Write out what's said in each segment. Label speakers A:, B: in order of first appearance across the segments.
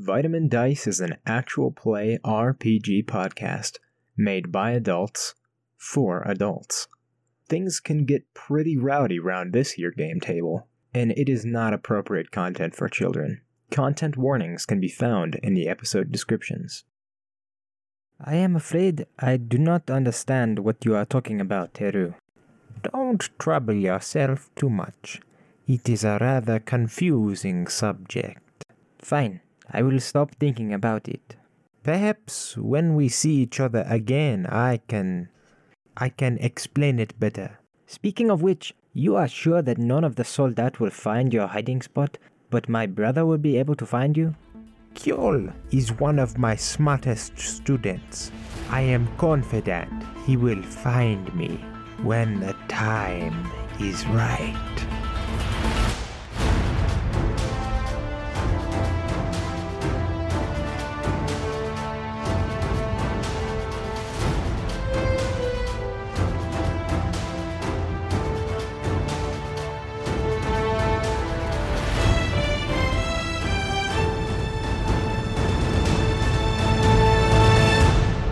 A: Vitamin Dice is an actual play RPG podcast made by adults for adults. Things can get pretty rowdy round this here game table, and it is not appropriate content for children. Content warnings can be found in the episode descriptions.
B: I am afraid I do not understand what you are talking about, Teru. Don't trouble yourself too much. It is a rather confusing subject. Fine, I will stop thinking about it. Perhaps when we see each other again, I can. I can explain it better. Speaking of which, you are sure that none of the soldat will find your hiding spot, but my brother will be able to find you?
C: Kjol is one of my smartest students. I am confident he will find me when the time is right.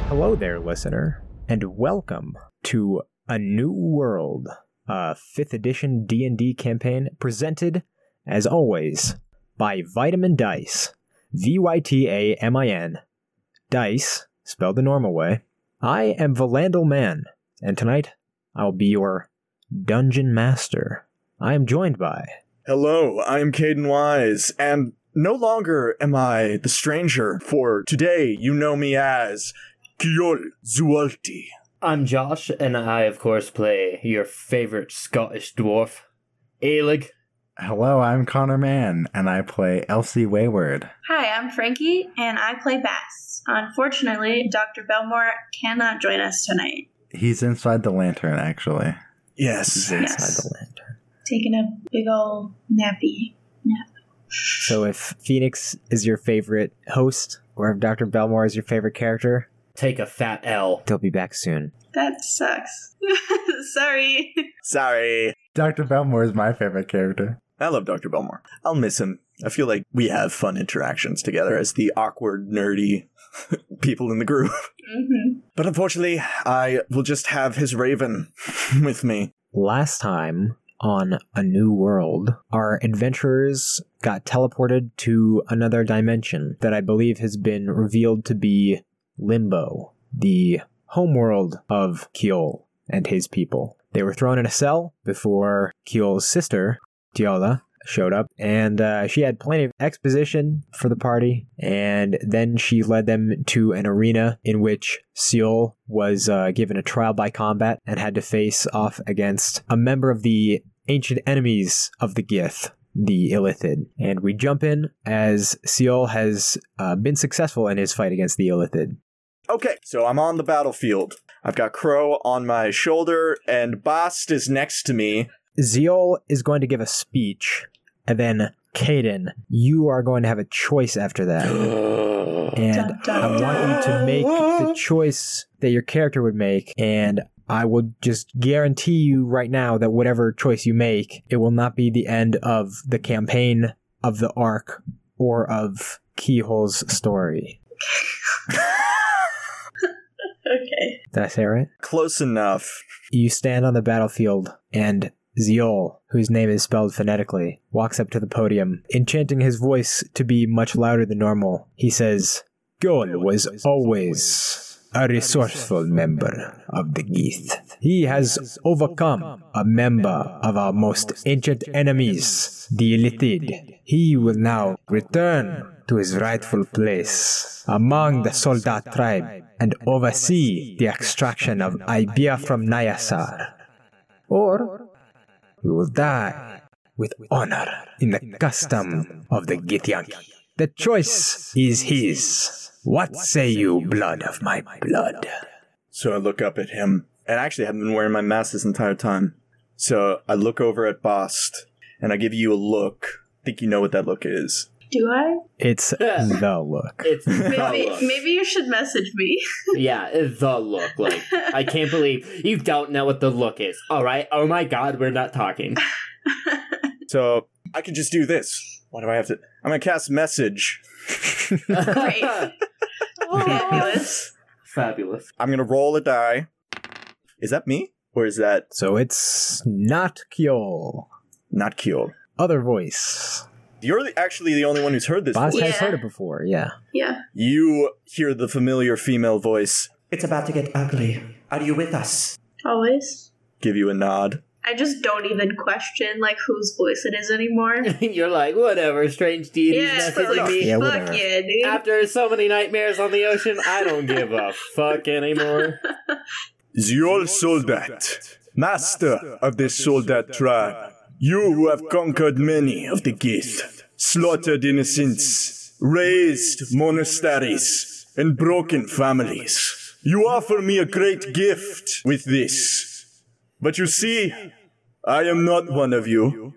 A: Hello there, listener, and welcome to A New World, a 5th edition D&D campaign presented, as always, by Vitamin Dice, V-Y-T-A-M-I-N, Dice, spelled the normal way. I am Valandal Man, and tonight I'll be your Dungeon Master. I am joined by...
D: Hello, I am Caden Wise, and no longer am I the stranger, for today you know me as Kiol Zualti.
E: I'm Josh, and I, of course, play your favorite Scottish dwarf, Aelig.
F: Hello, I'm Connor Mann, and I play Elsie Wayward.
G: Hi, I'm Frankie, and I play bass. Unfortunately, Dr. Belmore cannot join us tonight.
F: He's inside the lantern, actually.
D: Yes.
G: Yes.
A: Inside the Lantern.
G: Taking a big old nappy.
A: So if Phoenix is your favorite host, or if Dr. Belmore is your favorite character,
E: Take a fat L.
A: they'll be back soon.
G: That sucks. Sorry.
D: Sorry.
F: Dr. Belmore is my favorite character.
D: I love Dr. Belmore. I'll miss him. I feel like we have fun interactions together as the awkward, nerdy people in the group.
G: hmm
D: But unfortunately, I will just have his raven with me.
A: last time on A New World, our adventurers got teleported to another dimension that I believe has been revealed to be Limbo, the homeworld of Kiol and his people. They were thrown in a cell before Kiol's sister, Tiola, showed up, and uh, she had plenty of exposition for the party, and then she led them to an arena in which Seol was uh, given a trial by combat and had to face off against a member of the ancient enemies of the Gith. The Illithid. And we jump in as Seol has uh, been successful in his fight against the Illithid.
D: Okay, so I'm on the battlefield. I've got Crow on my shoulder, and Bast is next to me.
A: Zeol is going to give a speech, and then Caden, you are going to have a choice after that. and
G: Dun, dun,
A: I want you to make the choice that your character would make, and I will just guarantee you right now that whatever choice you make, it will not be the end of the campaign, of the arc, or of Keyhole's story.
G: Okay.
A: Did I say it right?
D: Close enough.
A: You stand on the battlefield, and Zeol, whose name is spelled phonetically, walks up to the podium, enchanting his voice to be much louder than normal. He says, Gol was always a resourceful member of the Geeth. He has overcome a member of our most ancient enemies, the Illithid. He will now return to his rightful place among the Soldat tribe and oversee the extraction of Ibia from Nyasar. Or you will die with honor in the custom of the Githyanki. The choice is his. What say you, blood of my blood?
D: So I look up at him, and I actually haven't been wearing my mask this entire time. So I look over at Bast, and I give you a look. I think you know what that look is.
G: Do I?
A: It's the look.
E: It's the
G: Maybe,
E: look.
G: maybe you should message me.
E: Yeah, it's the look. Like, I can't believe you don't know what the look is. All right. Oh my God, we're not talking.
D: So I can just do this. Why do I have to? I'm gonna cast message.
G: Great. Fabulous.
E: Fabulous.
D: I'm gonna roll a die. Is that me or is that
A: So it's not Kyol.
D: not Keel?
A: Other voice.
D: You're the, actually the only one who's heard this.
A: Boss
D: voice.
A: has
G: Yeah.
A: heard it before, yeah.
G: Yeah.
D: You hear the familiar female voice
H: It's about to get ugly. Are you with us?
G: Always.
D: give you a nod.
G: I just don't even question like whose voice it is anymore.
E: You're like, whatever, strange deities
G: yeah, fuck,
E: messaging me.
A: Yeah,
G: fuck
A: whatever.
G: yeah, dude.
E: After so many nightmares on the ocean, I don't give a fufuck anymore.
D: Ziol Soldat, master of the Soldat tribe, you who have conquered many of the Gith, slaughtered innocents, raised monasteries, and broken families. You offer me a great gift with this. But you see, I am not one of you.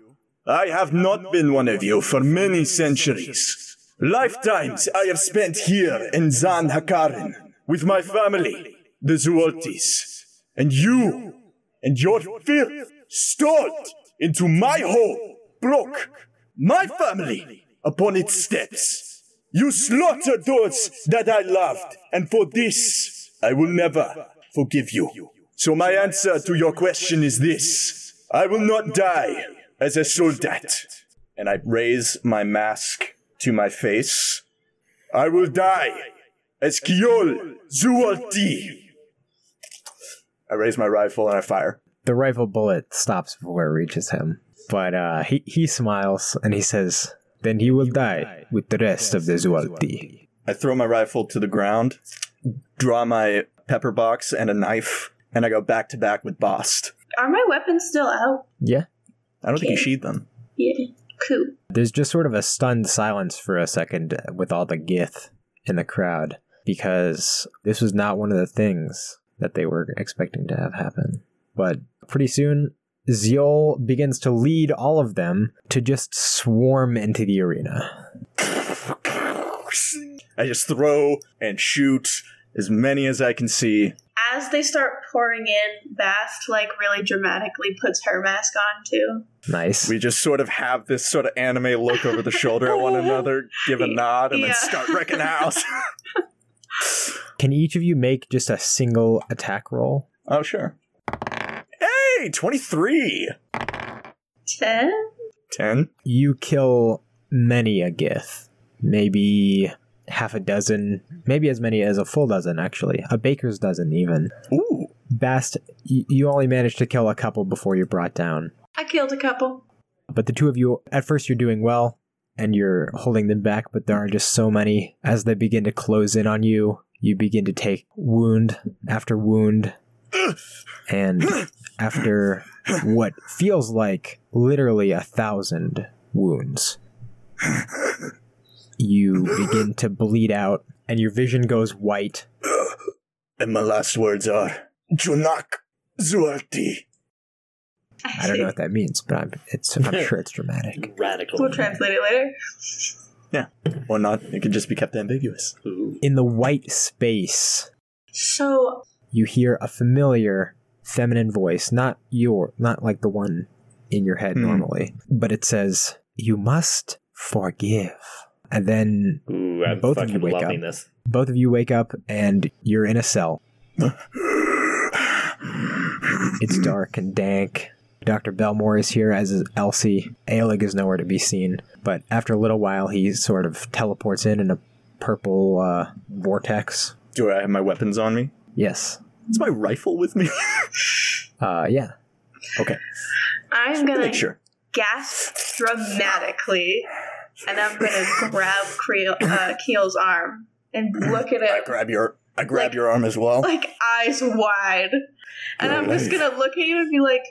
D: I have not been one of you for many centuries. Lifetimes I have spent here in Zan Hakaran with my family, the Zuoltis. And you and your filth stole into my home, broke my family upon its steps. You slaughtered those that I loved, and for this I will never forgive you. So my answer to your question is this. I will not die as a soldat. And I raise my mask to my face. I will die as Kiol Zualti. I raise my rifle and I fire.
A: The rifle bullet stops before it reaches him. But uh, he, he smiles and he says, Then he will die with the rest of the Zualti.
D: I throw my rifle to the ground, draw my pepper box and a knife, and I go back to back with Bost.
G: Are my weapons still out?
A: Yeah?
D: I don't think you sheathed them.
G: Yeah. Cool.
A: There's just sort of a stunned silence for a second with all the gith in the crowd because this was not one of the things that they were expecting to have happen. But pretty soon, Ziol begins to lead all of them to just swarm into the arena.
D: I just throw and shoot as many as I can see.
G: As they start pouring in, Bast like really dramatically puts her mask on too.
A: Nice.
D: We just sort of have this sort of anime look over the shoulder at one another, give a nod, and
G: Yeah.
D: then start wrecking house.
A: Can each of you make just a single attack roll?
D: oh, sure. Hey, 23!
G: Ten?
D: 10.
A: You kill many a gith, maybe half a dozen, maybe as many as a full dozen, actually, a baker's dozen, even.
D: Ooh.
A: Bast, y- you only managed to kill a couple before you're brought down.
G: I killed a couple.
A: But the two of you, at first, you're doing well and you're holding them back, but there are just so many. As they begin to close in on you, you begin to take wound after wound. And after what feels like literally a thousand wounds, you begin to bleed out and your vision goes white.
D: And my last words are Junak Zuarti.
A: I don't know what that means, but I'm, it's, I'm sure it's dramatic.
E: Radical.
G: We'll translate it later.
D: Or not, it can just be kept ambiguous.
E: Ooh.
A: In the white space,
G: So
A: you hear a familiar feminine voice, not your, not like the one in your head
D: Hmm.
A: normally, but it says, "You must forgive." And then
E: Ooh, I'm
A: Both of
E: fucking
A: you wake
E: loving
A: up.
E: this.
A: both of you wake up and you're in a cell. It's dark and dank. Dr. Belmore is here, as is Elsie. Aelig is nowhere to be seen, but after a little while, he sort of teleports in in a purple uh, vortex.
D: Do I have my weapons on me?
A: Yes.
D: Is my rifle with me?
A: Uh, yeah.
D: okay,
G: I'm gonna
D: make sure.
G: gasp dramatically, and I'm gonna grab Creel, uh, Keel's arm and look at
D: I
G: it
D: grab your I grab
G: Like-
D: your arm as well.
G: like eyes wide, and I'm just gonna look at you and be like,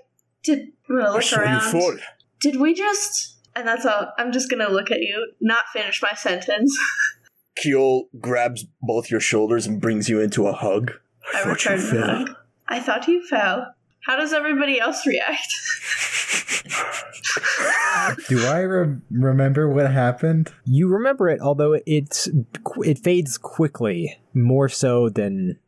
G: "Did I'm gonna
D: I
G: look
D: saw you
G: around?
D: fall.
G: Did we just?" And that's all. I'm just gonna look at you, not finish my sentence.
D: Kiel grabs both your shoulders and brings you into a hug.
G: I
D: thought you
G: returned the
D: fell.
G: hug. I thought you fell. How does everybody else react?
F: Do I re- remember what happened?
A: You remember it, although it's it fades quickly, more so than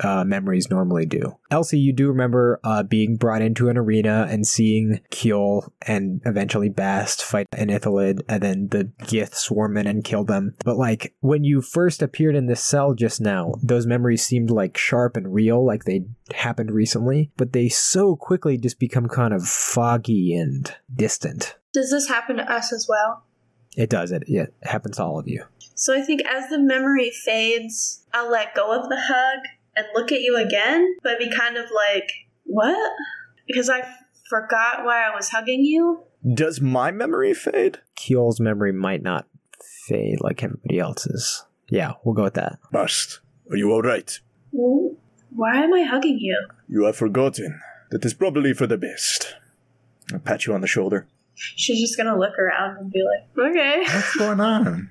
A: uh, memories normally do. Elsie, you do remember uh, being brought into an arena and seeing Keel and eventually Bast fight an Ithalid, and then the Gith swarm in and kill them. But like when you first appeared in this cell just now, those memories seemed like sharp and real, like they happened recently. But they so quickly just become kind of foggy and distant.
G: Does this happen to us as well?
A: It does. It, it happens to all of you.
G: So I think as the memory fades, I'll let go of the hug and look at you again, but be kind of like, what? Because I forgot why I was hugging you?
D: Does my memory fade?
A: Keel's memory might not fade like everybody else's. Yeah, we'll go with that.
D: Bast, are you all right?
G: Well, why am I hugging you?
D: You have forgotten. That is probably for the best. I'll pat you on the shoulder.
G: She's just gonna look around and be like, okay.
F: What's going on?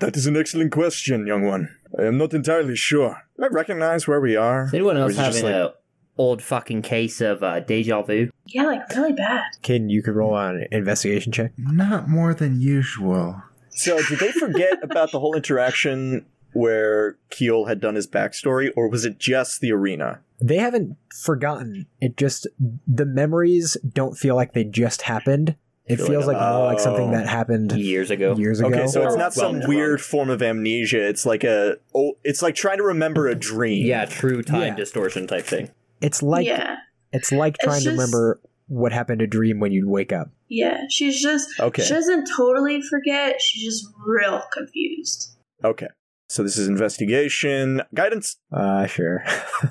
D: That is an excellent question, young one. I am not entirely sure. Do I recognize where we are?
E: Is anyone
D: Or
E: else
D: is it just
E: having
D: like-
E: a old fucking case of uh, deja vu?
G: yeah, like really bad.
A: Caden, you could roll an investigation check.
F: Not more than usual.
E: uh,
I: So, did they forget about the whole interaction where Keel had done his backstory, or was it just the arena?
A: They haven't forgotten. It just the memories don't feel like they just happened. It
E: Feel like
A: feels like, more like something
I: Oh.
A: that happened
E: Years ago.
A: years ago.
I: Okay, so it's
G: Oh,
I: not some
E: well,
I: weird form of amnesia. It's like a oh, it's like trying to remember a dream.
E: Yeah, true time
A: Yeah.
E: distortion type thing.
A: it's like
G: yeah.
A: it's like
G: It's
A: trying to
G: just-
A: remember what happened to dream when you'd wake up.
G: Yeah. She's just
I: Okay.
G: she doesn't totally forget, she's just real confused.
I: Okay. So this is investigation guidance.
A: Uh, sure.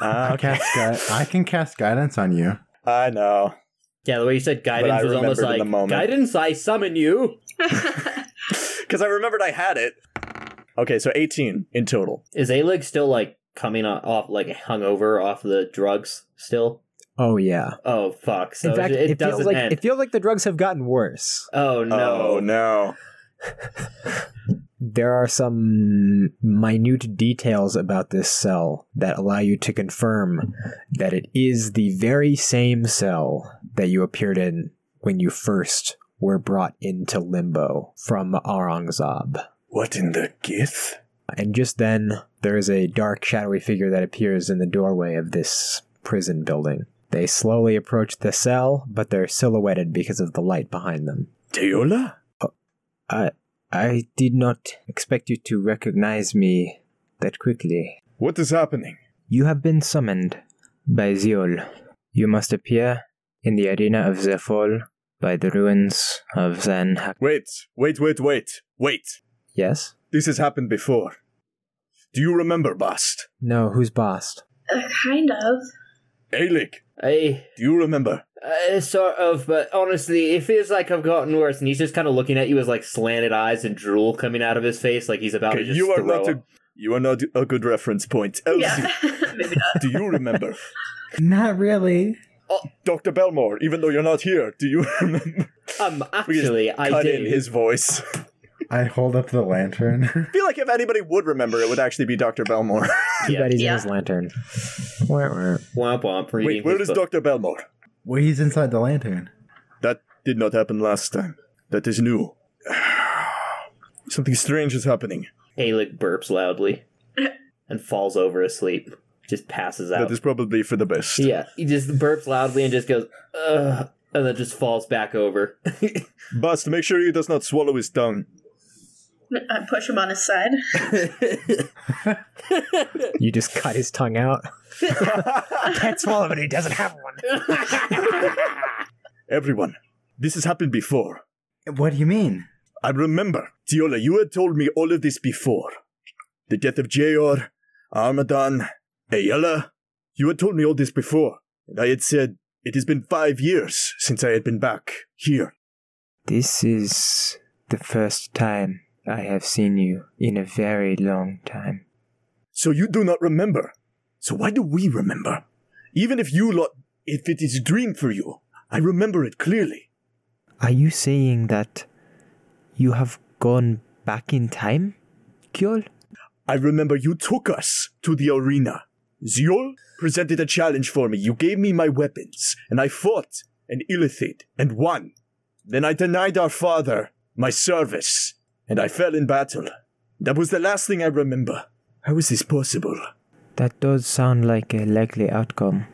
I: Ah,
F: I'll cast gui- I can cast guidance on you.
I: I know.
E: Yeah, the way you said
I: I
E: guidance was almost
I: remembered in
E: like
I: the moment.
E: guidance. I summon you.
G: Uh,
I: Because I remembered I had it. Okay, so 18 in total.
E: Is Alig still like coming o- off like hungover off the drugs still?
A: oh yeah.
E: Oh fuck! So
A: In fact,
E: it,
A: it,
E: doesn't
A: feels like
E: end.
A: it feels like the drugs have gotten worse.
E: oh no!
I: Oh, no.
A: There are some minute details about this cell that allow you to confirm that it is the very same cell that you appeared in when you first were brought into limbo from Aurangzeb.
D: What in the gith?
A: And just then, there is a dark, shadowy figure that appears in the doorway of this prison building. They slowly approach the cell, but they're silhouetted because of the light behind them.
D: Deola?
A: I did not expect you to recognize me that quickly.
D: What is happening?
J: You have been summoned by Zeol. You must appear in the arena of Zephol by the ruins of Zan Hak.
D: Wait, wait, wait, wait, wait.
A: Yes?
D: This has happened before. Do you remember, Bast?
A: No, who's bossed?
G: Uh, kind of.
D: Alec,
E: I
D: do you remember?
E: Uh, sort of, but honestly, it feels like I've gotten worse. And he's just kind of looking at you with like slanted eyes and drool coming out of his face, like he's about
D: Okay,
E: to just
D: you are
E: throw
D: not a
E: up.
D: you are not a good reference point. Elsie,
G: Yeah. Maybe not.
D: do you remember?
F: Not really.
D: Dr. Belmore, even though you're not here, do you remember?
E: Um, actually, I
I: Cut
E: did.
I: in his voice.
F: I hold up the lantern.
I: I feel like if anybody would remember, it would actually be Dr. Belmore.
A: Too
E: Yeah.
A: bad he's
G: Yeah.
A: in his lantern. Where, where?
E: Womp womp. Reading
I: Wait, where
E: his
I: is
E: book.
I: Dr. Belmore?
F: well, he's inside the lantern.
D: That did not happen last time. That is new. Something strange is happening.
E: Alec burps loudly and falls over asleep. Just passes out.
D: That is probably for the best.
E: Yeah, he just burps loudly and just goes, Ugh, and then just falls back over.
D: Bast, make sure he does not swallow his tongue.
G: I push him on his side.
A: You just cut his tongue out. Can't swallow it, he doesn't have one.
D: Everyone, this has happened before.
F: What do you mean?
D: I remember. Tiola, you had told me all of this before. The death of Jayor, Armadan, Ayala. You had told me all this before. And I had said, it has been five years since I had been back here.
J: This is the first time I have seen you in a very long time.
D: So you do not remember. So why do we remember? Even if you lot, if it is a dream for you, I remember it clearly.
J: Are you saying that you have gone back in time, Kjol?
D: I remember you took us to the arena. Ziol presented a challenge for me. You gave me my weapons, and I fought an Illithid and won. Then I denied our father my service, and I fell in battle. That was the last thing I remember. How is this possible?
K: That does sound like a likely outcome.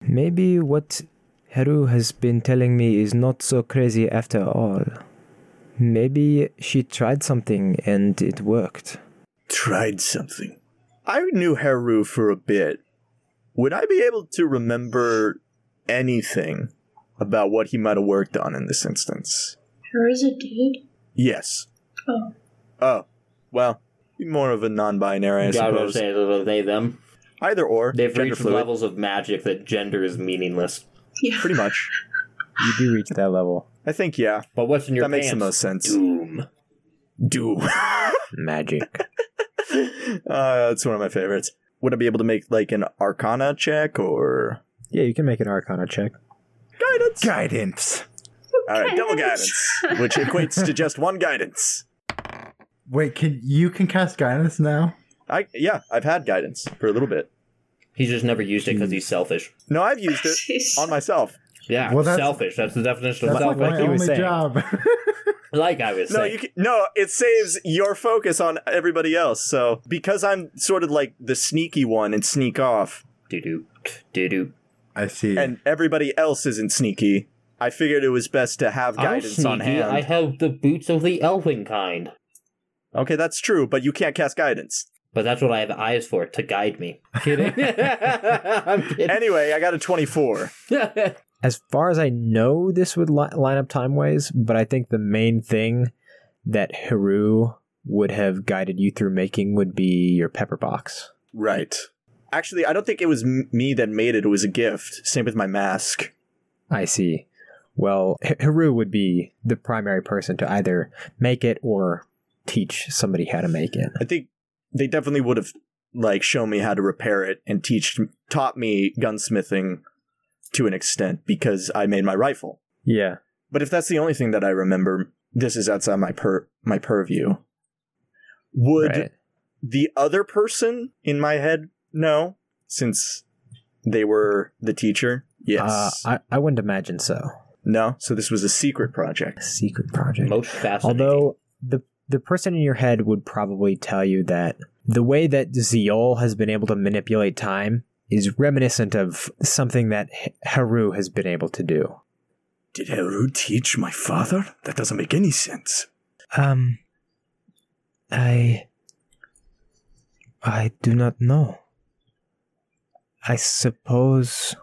K: Maybe what Heru has been telling me is not so crazy after all. Maybe she tried something and it worked.
D: Tried something. I knew Heru for a bit. Would I be able to remember anything about what he might have worked on in this instance?
G: Her is a dude.
D: Yes.
G: Oh,
D: Oh, well, more of a non-binary, I
E: God, what I'm
D: suppose.
E: saying is they them.
D: Either or,
E: They've
D: gender
E: reached
D: fluid,
E: levels of magic that gender is meaningless.
G: yeah.
D: pretty much.
A: You do reach that level.
D: I think yeah,
E: But what's in your
D: that makes the
E: pants?
D: most sense.
E: Doom.
D: Doom.
A: Magic.
D: uh, that's one of my favorites. Would I be able to make like an Arcana check or
A: yeah, you can make an Arcana check.
D: guidance?
F: Guidance.
D: All right, double
G: Guidance.
D: guidance, which equates to just one guidance.
F: Wait, can you can cast guidance now?
D: I yeah, I've had guidance for a little bit.
E: He's just never used it because he's selfish.
D: No, I've used it
G: Jeez.
D: on myself.
E: Yeah,
F: Well, that's-
E: selfish. That's the definition of
F: That's like
E: selfish.
A: like
F: my
A: he was
F: only
A: saying.
F: job.
E: Like I was
D: No,
E: saying.
D: you can, no, it saves your focus on everybody else. So because I'm sort of like the sneaky one and sneak off,
E: Doo-doo. Doo-doo.
F: I see.
D: and everybody else isn't sneaky, I figured it was best to have
E: I'm
D: guidance on
E: Oh, sneaky.
D: hand.
E: I have the boots of the elven kind.
D: Okay, that's true, but you can't cast guidance.
E: But that's what I have eyes for, to guide me. Kidding. I'm kidding.
D: Anyway, I got a 24.
A: as far as I know, this would li- line up time ways, but I think the main thing that Haru would have guided you through making would be your pepper box.
D: Right. Actually, I don't think it was m- me that made it. It was a gift. Same with my mask.
A: I see. Well, H- Haru would be the primary person to either make it or teach somebody how to make it.
D: I think they definitely would have like shown me how to repair it and teach taught me gunsmithing to an extent because I made my rifle.
A: Yeah.
D: But if that's the only thing that I remember, this is outside my pur- my purview. Would
A: Right. Uh,
D: the other person in my head no since they were the teacher yes
A: Uh, I, I wouldn't imagine so.
D: no so this was a secret project
A: Secret project.
E: Most fascinating.
A: Although the the person in your head would probably tell you that the way that Zeol has been able to manipulate time is reminiscent of something that H- Haru has been able to do.
L: Did Heru teach my father? That doesn't make any sense.
K: Um, I. I do not know. I suppose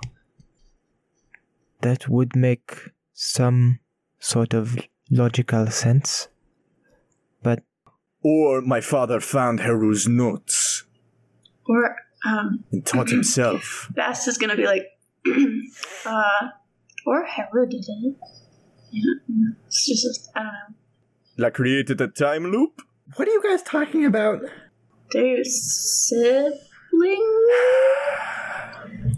K: that would make some sort of logical sense. But
L: Or my father found Heru's notes
G: Or um,
L: and taught himself.
G: Bast is gonna be like, uh, or Hera did it. Yeah, no, it's just I don't know.
L: La created a time loop?
F: what are you guys talking about?
G: They're siblings.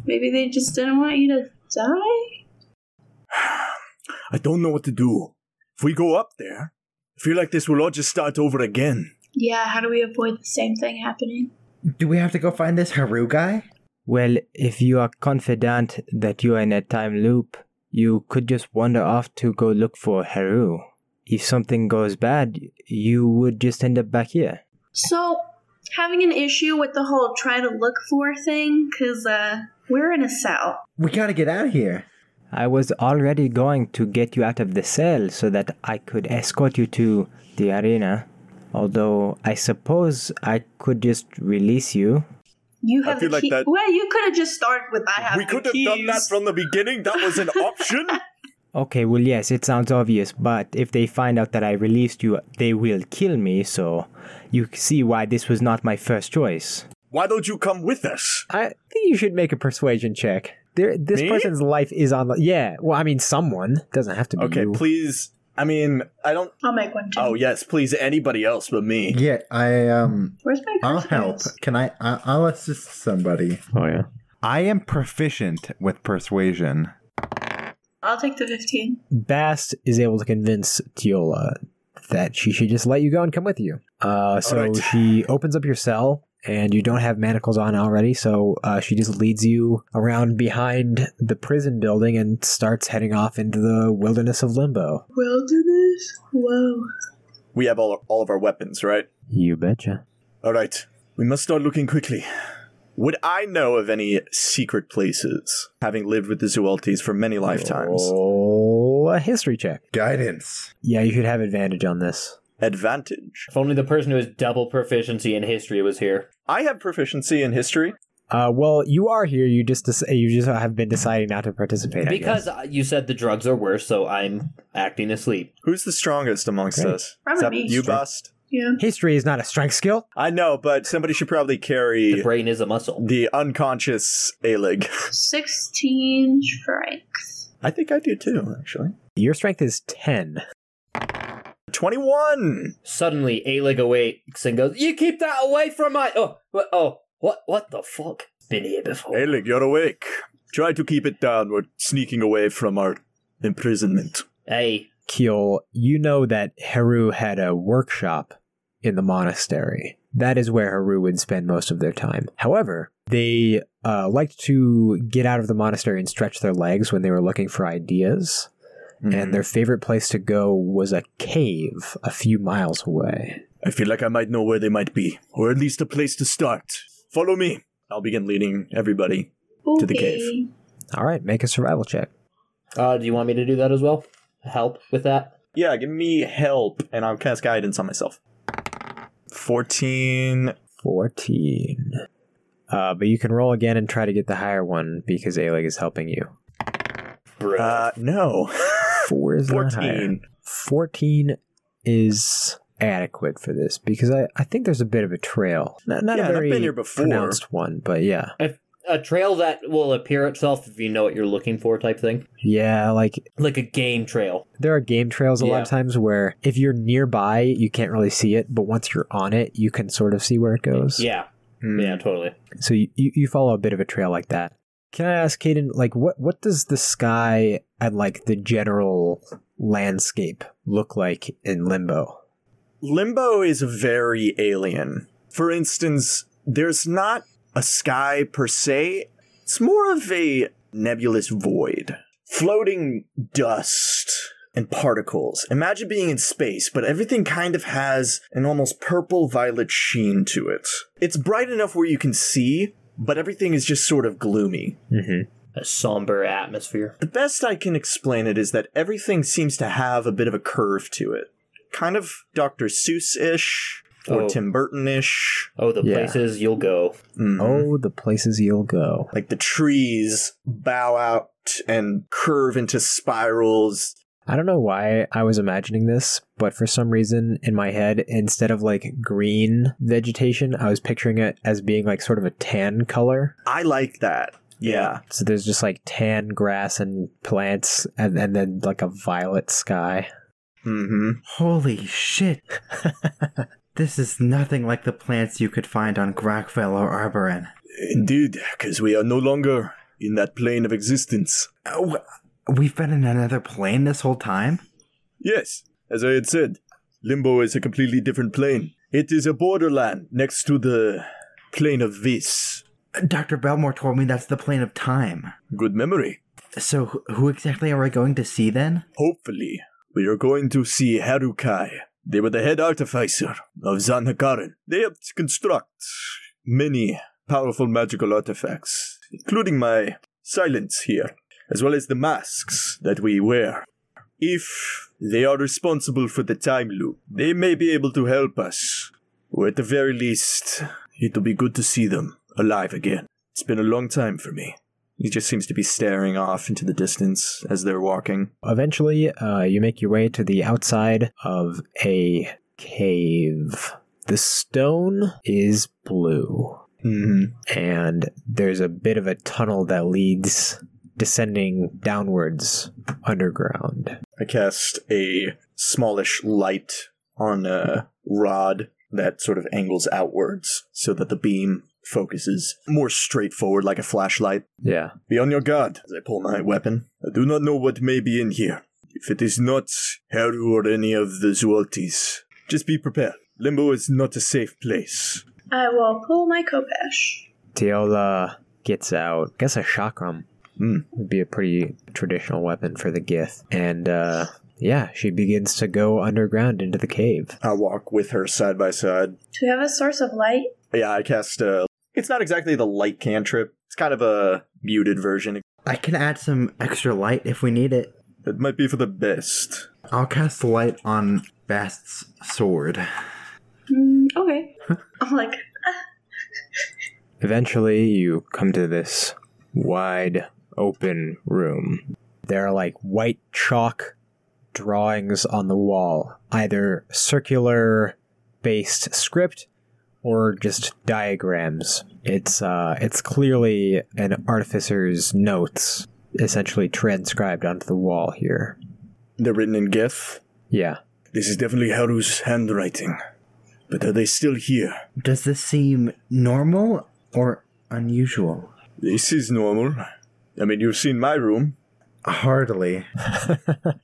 G: Maybe they just didn't want you to die.
L: I don't know what to do. If we go up there, I feel like this will all just start over again.
G: Yeah, how do we avoid the same thing happening?
F: Do we have to go find this Haru guy?
K: Well, if you are confident that you are in a time loop, you could just wander off to go look for Haru. If something goes bad, you would just end up back here.
G: So, having an issue with the whole try to look for thing, because uh, we're in a cell.
F: We gotta get out of here.
K: I was already going to get you out of the cell so that I could escort you to the arena. Although I suppose I could just release you.
G: You
D: I
G: have
D: feel
G: the
D: like
G: key.
D: that-
G: Well, you could have just started with I have
D: we
G: the
D: could have done that
G: keys."
D: from the beginning that was an option
K: Okay, well, yes, it sounds obvious, but if they find out that I released you, they will kill me, so you see why this was not my first choice.
D: why don't you come with us
A: I think you should make a persuasion check. There, this
D: Me?
A: person's life is on. the- Yeah, well, I mean, someone doesn't have to be
D: okay
A: you.
D: please i mean i don't
G: I'll make one too.
D: oh yes please anybody else but me
F: Yeah, I um,
G: Where's my
F: I'll
G: purse?
F: help. Can I? I I'll assist somebody.
A: Oh yeah.
F: I am proficient with persuasion.
G: I'll take the 15.
A: Bast is able to convince Tiola that she should just let you go and come with you. Uh, so
L: Alright.
A: she opens up your cell, and you don't have manacles on already, so uh, she just leads you around behind the prison building and starts heading off into the wilderness of Limbo.
G: We'll do this. Whoa.
D: we have all, all of our weapons right
A: You betcha.
D: all right we must start looking quickly Would I know of any secret places, having lived with the Zueltis for many lifetimes?
A: Oh. Roll a history check.
M: Guidance.
A: Yeah, you should have advantage on this.
D: Advantage.
E: If only the person who has double proficiency in history was here.
D: I have proficiency in history.
A: Uh, well, you are here. You just dec- you just have been deciding not to participate I guess.
E: Because uh, you said the drugs are worse, so I'm acting asleep.
D: Who's the strongest amongst
A: Great.
D: us?
G: Probably
D: Is that
G: me.
D: you, Bust?
G: Yeah.
A: history is not a strength skill.
D: I know, but somebody should probably
E: The
D: carry
E: brain is a muscle.
D: the unconscious Alig.
G: 16 strikes.
D: I think I do too, actually.
A: Your strength is ten.
D: 21!
E: Suddenly, Alig awakes and goes, You keep that away from my. Oh, wha- oh, what What the fuck? Been here before.
D: Alig, you're awake. Try to keep it down. We're sneaking away from our imprisonment.
E: Hey,
A: Keel, you know that Heru had a workshop in the monastery. That is where Heru would spend most of their time. However, they uh, liked to get out of the monastery and stretch their legs when they were looking for ideas,
D: Hmm. Mm-hmm.
A: and their favorite place to go was a cave a few miles away.
D: I feel like I might know where they might be, or at least a place to start. Follow me. I'll begin leading everybody.
G: Okay.
D: To the cave.
A: All right, make a survival check.
E: uh, do you want me to do that as well? Help with that?
D: Yeah, give me help, and I'll cast guidance on myself. 14.
A: 14. Uh, but you can roll again and try to get the higher one because Aleg is helping you.
E: Bro.
D: Uh, no.
A: Four is not higher.
D: 14.
A: 14 is adequate for this because I, I think there's a bit of a trail. Not, not
D: Yeah,
A: a
D: and I've
A: very
D: been here before.
A: pronounced one, but yeah.
E: a trail that will appear itself if you know what you're looking for, type thing.
A: Yeah, like
E: Like a game trail.
A: there are game trails a lot of
E: Yeah.
A: times where if you're nearby, you can't really see it, but once you're on it, you can sort of see where it goes.
E: Yeah,
D: Hmm.
E: yeah, totally.
A: So you, you, you follow a bit of a trail like that. Can I ask Caden, like what, what does the sky and like the general landscape look like in limbo?
D: Limbo is very alien. For instance, there's not a sky per se, it's more of a nebulous void. Floating dust and particles. Imagine being in space, but everything kind of has an almost purple violet sheen to it. It's bright enough where you can see, but everything is just sort of gloomy.
A: Mm-hmm.
E: A somber atmosphere.
D: The best I can explain it is that everything seems to have a bit of a curve to it. Kind of Dr. Seuss ish or
E: Oh.
D: Tim Burton ish.
E: Oh, the
A: Yeah.
E: places you'll go.
A: Oh, the places you'll go.
D: Like the trees bow out and curve into spirals.
A: I don't know why I was imagining this, but for some reason in my head, instead of like green vegetation, I was picturing it as being like sort of a tan color.
D: I like that. Yeah.
A: So there's just like tan grass and plants, and, and then like a violet sky.
D: hmm.
F: Holy shit. this is nothing like the plants you could find on Grackville or Arborin.
D: Indeed, because we are no longer in that plane of existence.
F: Oh, we've been in another plane this whole time?
D: Yes, as I had said, Limbo is a completely different plane. It is a borderland next to the plane of Vis.
F: Dr. Belmore told me that's the plane of time.
D: Good memory.
F: So wh- who exactly are we going to see then?
D: Hopefully, we are going to see Harukai. They were the head artificer of Zanhakaran. They helped construct many powerful magical artifacts, including my silence here, as well as the masks that we wear. If they are responsible for the time loop, they may be able to help us. Or at the very least, it'll be good to see them alive again. It's been a long time for me. He just seems to be staring off into the distance as they're walking.
A: Eventually, uh, you make your way to the outside of a cave. The stone is blue.
D: Mm-hmm.
A: and there's a bit of a tunnel that leads descending downwards underground.
D: I cast a smallish light on a rod that sort of angles outwards so that the beam focuses more straightforward like a flashlight.
A: Yeah.
D: Be on your guard as I pull my weapon. I do not know what may be in here. If it is not Heru or any of the Zualtis, just be prepared. Limbo is not a safe place.
G: I will pull my Kopesh.
A: Teola uh, gets out, I guess a chakram
D: Hmm.
A: would be a pretty traditional weapon for the Gith. And uh, yeah, she begins to go underground into the cave.
D: I walk with her side by side.
G: Do we have a source of light?
D: Yeah, I cast a It's not exactly the light cantrip. It's kind of a muted version.
N: I can add some extra light if we need it.
D: It might be for the best.
F: I'll cast light on Bast's sword.
G: Mm, okay. I'm like,
B: Eventually, you come to this wide open room.
A: There are like white chalk drawings on the wall, either circular based script or just diagrams. It's uh it's clearly an artificer's notes essentially transcribed onto the wall here.
O: They're written in Geth.
A: Yeah.
O: This is definitely Haru's handwriting. But are they still here?
N: Does this seem normal or unusual?
O: This is normal. I mean, you've seen my room.
N: Hardly.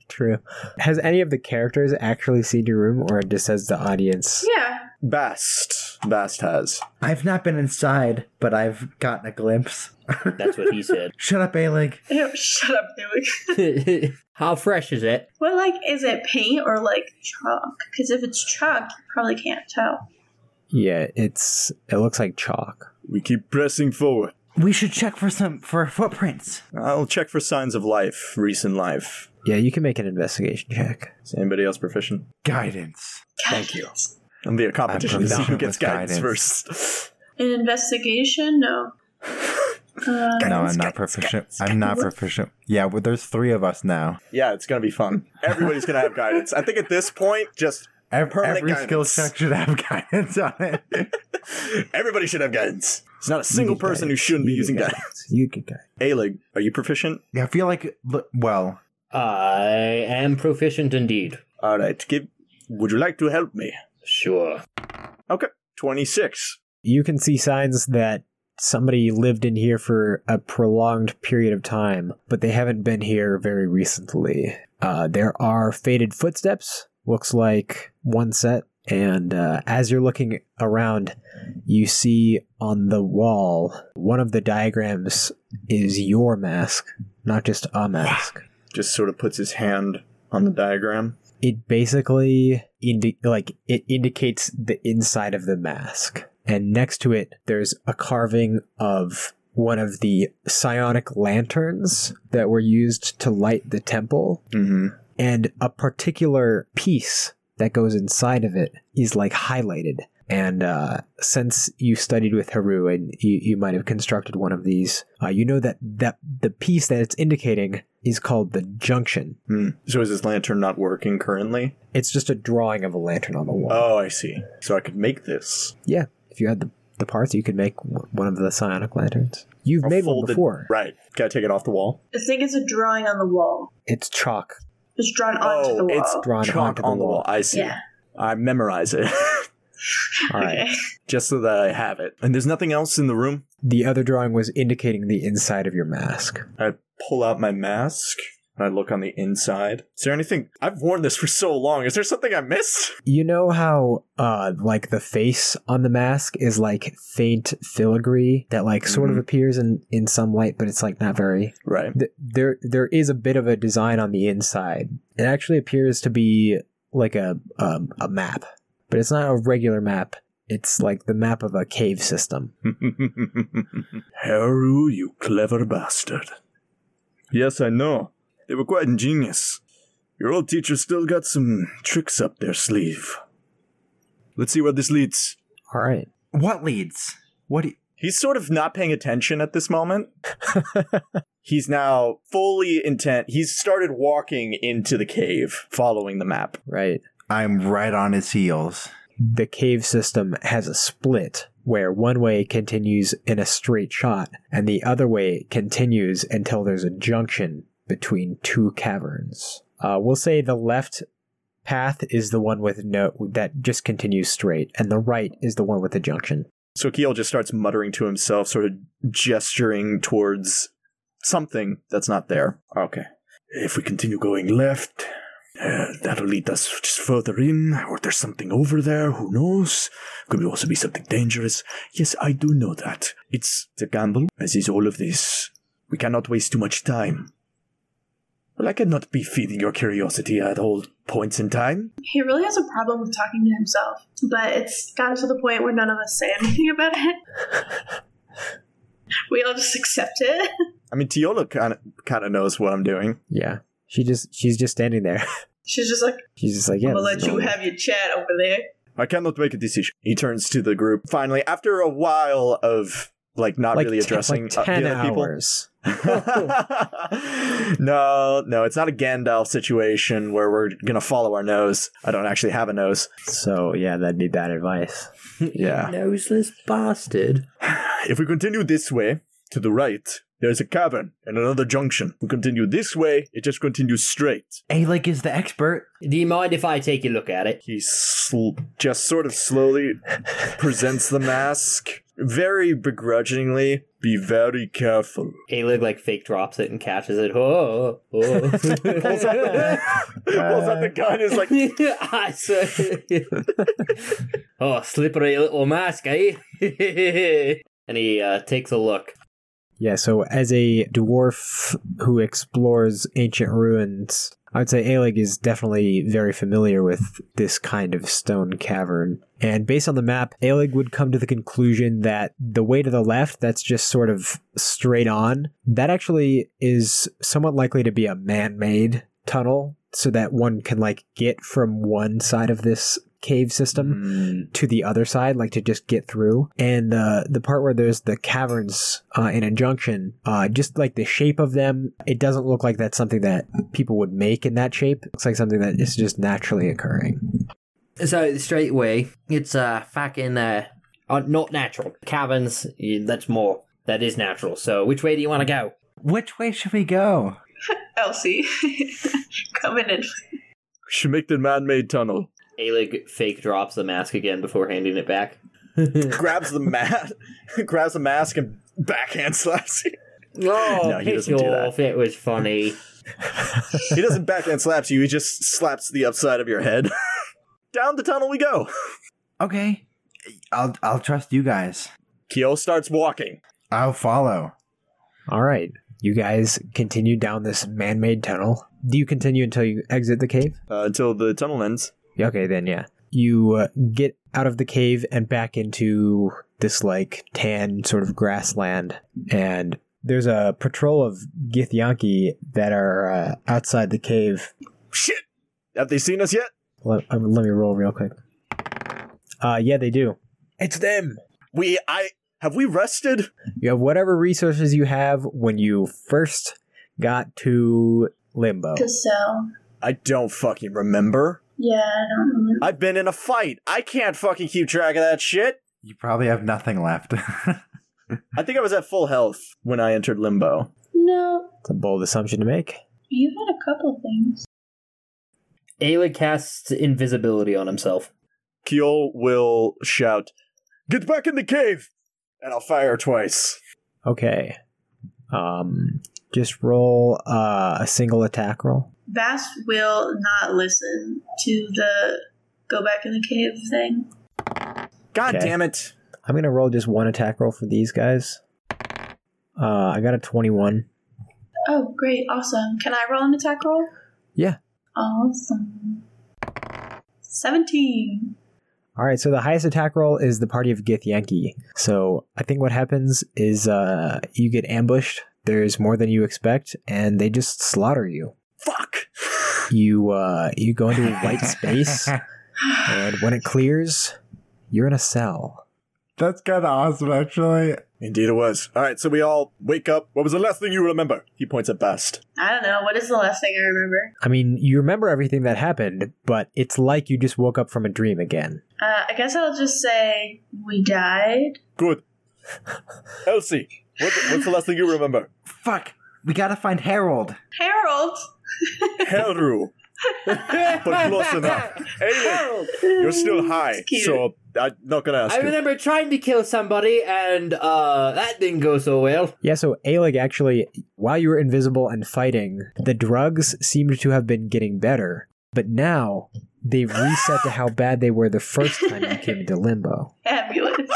A: True. Has any of the characters actually seen your room or just as the audience?
G: yeah.
D: Bast. Bast has.
N: I've not been inside, but I've gotten a glimpse.
E: That's what he said.
N: Shut up, Alig.
G: Ew, shut up, Billy.
E: How fresh is it?
G: Well, like, is it paint or like chalk? Because if it's chalk, you probably can't tell.
A: Yeah, it's it looks like chalk.
O: We keep pressing forward.
N: We should check for some for footprints.
D: I'll check for signs of life, recent life.
A: Yeah, you can make an investigation check.
D: Is anybody else proficient?
F: Guidance.
G: Thank you.
D: It'll be a competition to see who
F: proficient
D: gets
F: with
D: guidance,
F: guidance.
D: first.
G: An investigation? No. Uh,
F: No, I'm not proficient. I'm not proficient. Yeah, well, there's three of us now.
D: yeah, it's gonna be fun. Everybody's gonna have guidance. I think at this point, just
F: Ev-
D: Permanent
F: every skill
D: guidance.
F: check should have guidance on it.
D: everybody should have guidance. There's not a single
A: get
D: person who
A: guidance.
D: shouldn't be
A: You
D: using
A: get
D: guidance.
A: You could guide.
D: Alig, are you proficient?
F: yeah, I feel like l- well,
E: I am proficient indeed.
D: All right. Give. Would you like to help me?
E: Sure.
D: Twenty six.
A: You can see signs that somebody lived in here for a prolonged period of time, but they haven't been here very recently. Uh, there are faded footsteps, looks like one set, and uh, as you're looking around, you see on the wall one of the diagrams is your mask, not just a mask.
D: Just sort of puts his hand on the diagram.
A: it basically indi- like it indicates the inside of the mask and next to it there's a carving of one of the psionic lanterns that were used to light the temple
D: Mm-hmm.
A: and a particular piece that goes inside of it is like highlighted and uh, since you studied with haru and you, you might have constructed one of these uh, you know that, that the piece that it's indicating is called the junction
D: mm-hmm. So is his lantern not working currently?
A: it's just a drawing of a lantern on the wall
D: Oh, I see. So I could make this.
A: Yeah, if you had the, the parts, you could make w- one of the psionic lanterns. You've
D: Or
A: made one
D: folded-
A: before.
D: Right. Gotta take it off the wall.
G: I think it's a drawing on the wall.
A: It's chalk
G: It's drawn onto
D: Oh,
G: the wall.
D: it's
A: drawn
D: Chalk
A: onto the
D: on the wall.
A: wall.
D: I see.
G: Yeah.
D: I memorize it
A: All right.
G: Okay.
D: just so that I have it. And there's nothing else in the room.
A: The other drawing was indicating the inside of your mask.
D: I pull out my mask. I look on the inside. Is there anything? I've worn this for so long. Is there something I missed?
A: You know how, uh, like the face on the mask is like faint filigree that like sort of
D: Mhm.
A: appears in in some light, but it's like not very.
D: Right.
A: Th- there there is a bit of a design on the inside. It actually appears to be like a um, a map, but it's not a regular map. It's like the map of a cave system.
O: Haru, you clever bastard. Yes, I know. They were quite ingenious. Your old teacher still got some tricks up their sleeve. Let's see where this leads.
A: All right.
N: What leads? What? Do
D: He's sort of not paying attention at this moment. He's now fully intent. He's started walking into the cave, following the map.
A: Right.
F: I'm right on his heels.
A: The cave system has a split where one way continues in a straight shot and the other way continues until there's a junction between two caverns. Uh, we'll say the left path is the one with no that just continues straight and the right is the one with the junction.
D: So Keel just starts muttering to himself, sort of gesturing towards something that's not there. Okay.
O: If we continue going left, uh, that'll lead us just further in, or there's something over there, who knows? Could also be something dangerous. Yes, I do know that. It's a gamble, as is all of this. We cannot waste too much time. Well, I cannot be feeding your curiosity at all points in time.
G: He really has a problem with talking to himself, but it's gotten to the point where none of us say anything about it. we all just accept it.
D: I mean, Tiola kind of kind of knows what I'm doing.
A: Yeah. She just she's just standing there.
G: She's just like,
A: She's just like, yeah.
G: I'm gonna
A: this is
G: let you
A: normal."
G: have your chat over there.
D: I cannot make a decision. He turns to the group. Finally, after a while of like not
A: like
D: really
A: ten-
D: addressing
A: like
D: uh,
A: ten
D: the other people.
A: hours.
D: no, no, it's not a Gandalf situation where we're gonna follow our nose. I don't actually have a nose.
A: So yeah, that'd be bad advice.
D: Yeah.
E: Noseless bastard.
O: If we continue this way, to the right, there's a cavern and another junction. If we continue this way, it just continues straight.
N: Alec is the expert.
E: Do you mind if I take a look at it?
O: He sl-
D: Just sort of slowly presents the mask, very begrudgingly.
O: be very careful.
E: Aelig like fake drops it and catches it. Oh, oh.
D: Pulls out the, pulls out the gun. Is like,
E: I swear. oh, slippery little mask, eh? and he uh, takes a look.
A: Yeah, so as a dwarf who explores ancient ruins, I would say Aelig is definitely very familiar with this kind of stone cavern. And based on the map, Aelig would come to the conclusion that the way to the left, that's just sort of straight on, that actually is somewhat likely to be a man made tunnel so that one can, like, get from one side of this cave system
F: Mm.
A: to the other side, like to just get through. And uh, the part where there's the caverns uh, in a junction, uh, just like the shape of them, it doesn't look like that's something that people would make in that shape. It looks like something that is just naturally occurring.
E: So straight away, it's uh fucking uh, uh not natural. Caverns, y- that's more. That is natural. So which way do you want to go?
N: Which way should we go?
G: Elsie, coming in.
O: Should make the man-made tunnel.
E: Aelig fake drops the mask again before handing it back.
D: grabs the mat, grabs the mask, and backhand slaps you.
E: Oh,
D: No, he doesn't do that.
E: off. It was funny.
D: He doesn't backhand slaps you. He just slaps the upside of your head. Down the tunnel we go.
N: Okay. I'll I'll trust you guys.
D: Keo starts walking.
F: I'll follow.
A: All right, you guys continue down this man-made tunnel. Do you continue until you exit the cave?
D: Uh, until the tunnel ends.
A: Yeah, Okay, then yeah. You uh, get out of the cave and back into this like tan sort of grassland, and there's a patrol of Githyanki that are uh, outside the cave.
D: Shit! Have they seen us yet?
A: Let, um, let me roll real quick. Uh, yeah, they do. It's them.
D: We I have we rested?
A: You have whatever resources you have when you first got to Limbo.
G: So,
D: I don't fucking remember.
G: yeah, I don't remember.
D: I've been in a fight. I can't fucking keep track of that shit.
F: You probably have nothing left.
D: I think I was at full health when I entered limbo.
G: No,
A: It's a bold assumption to make.
G: you had a couple things.
E: Aelig casts invisibility on himself.
D: Keel will shout, "Get back in the cave!" and I'll fire twice.
A: Okay. Um, just roll uh, a single attack roll.
G: Bass will not listen to the go back in the cave thing.
D: God
A: Okay.
D: damn it!
A: I'm gonna roll just one attack roll for these guys. Uh, I got a 21.
G: Oh, great, awesome. Can I roll an attack roll?
A: Yeah.
G: Awesome. 17.
A: All right, so the highest attack roll is the party of Gith Yankee. So I think what happens is uh, you get ambushed. There's more than you expect, and they just slaughter you.
D: Fuck!
A: You uh, you go into a white space, and when it clears, you're in a cell.
F: That's kind of awesome, actually.
D: Indeed, it was. All right, so we all wake up. What was the last thing you remember? He points at Bast.
G: I don't know. What is the last thing I remember?
A: I mean, you remember everything that happened, but it's like you just woke up from a dream again.
G: Uh, I guess I'll just say we died.
D: Good. Elsie, what the, what's the last thing you remember?
N: Fuck. We gotta find Harold.
G: Harold!
D: Heru. but close enough. Aiden, you're still high,
G: cute.
D: so I'm not gonna ask
E: I
D: you.
E: remember trying to kill somebody, and uh, that didn't go so well.
A: Yeah, so Aelig actually, while you were invisible and fighting, the drugs seemed to have been getting better, but now they've reset to how bad they were the first time you came into limbo.
G: Fabulous.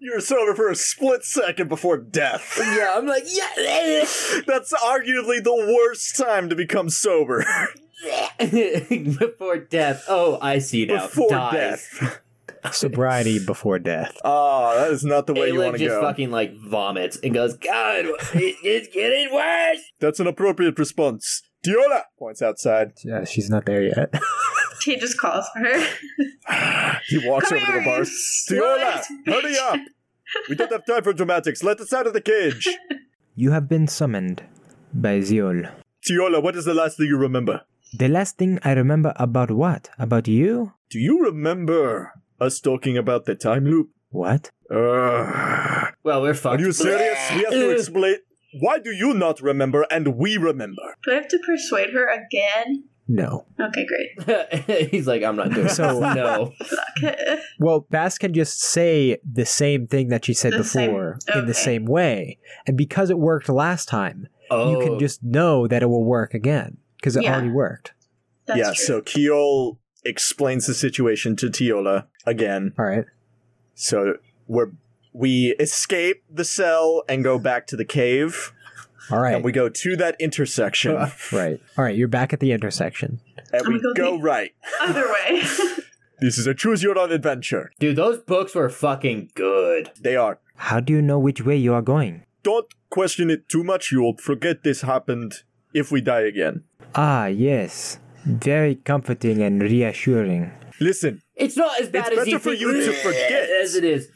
D: You were sober for a split second before death.
E: Yeah, I'm like, yeah.
D: That's arguably the worst time to become sober.
E: before death. Oh, I see now.
D: Before
E: Dies.
D: death.
A: Sobriety before death.
D: Oh, that is not the way you
E: Ayla
D: want to
E: just
D: go.
E: fucking like vomits and goes, God, it, it's getting worse.
D: That's an appropriate response. Diola points outside.
A: Yeah, she's not there yet.
G: He just calls for her.
D: He walks
G: Come
D: over to the
G: here,
D: bar.
G: you
D: Diola,
G: slut
D: hurry
G: bitch."
D: up! We don't have time for dramatics. Let us out of the cage.
B: You have been summoned by Ziol.
D: Diola, what is the last thing you remember?
B: The last thing I remember about what? About you?
D: Do you remember us talking about the time loop?
B: What?
D: Uh,
E: Well, we're fucked.
D: Are you serious? We have to
E: Ugh.
D: explain. Why do you not remember and we remember?
G: Do I have to persuade her again?
A: No.
G: Okay, great.
E: He's like, I'm not doing so.
A: So-
E: No.
G: Okay.
A: Well, Bass can just say the same thing that she said
G: The same-
A: before in
G: okay.
A: the same way. And because it worked last time,
E: Oh,
A: you can just know that it will work again because it
G: Yeah.
A: already worked.
G: That's
D: yeah,
G: true.
D: so Keol explains the situation to Tiola again.
A: All right.
D: So we're we escape the cell and go back to the cave,
A: All right.
D: and we go to that intersection,
A: right. All right. You're back at the intersection.
D: and
G: Oh my
D: we
G: God,
D: go
G: they-
D: right.
G: Other way.
D: This is a choose your own adventure.
E: dude, those books were fucking good.
D: They are.
B: How do you know which way you are going?
D: Don't question it too much. You'll forget this happened if we die again.
B: Ah, yes. Very comforting and reassuring.
D: Listen,
E: It's not as bad as
D: better
E: you
D: for
E: think-
D: you to forget.
E: as it is.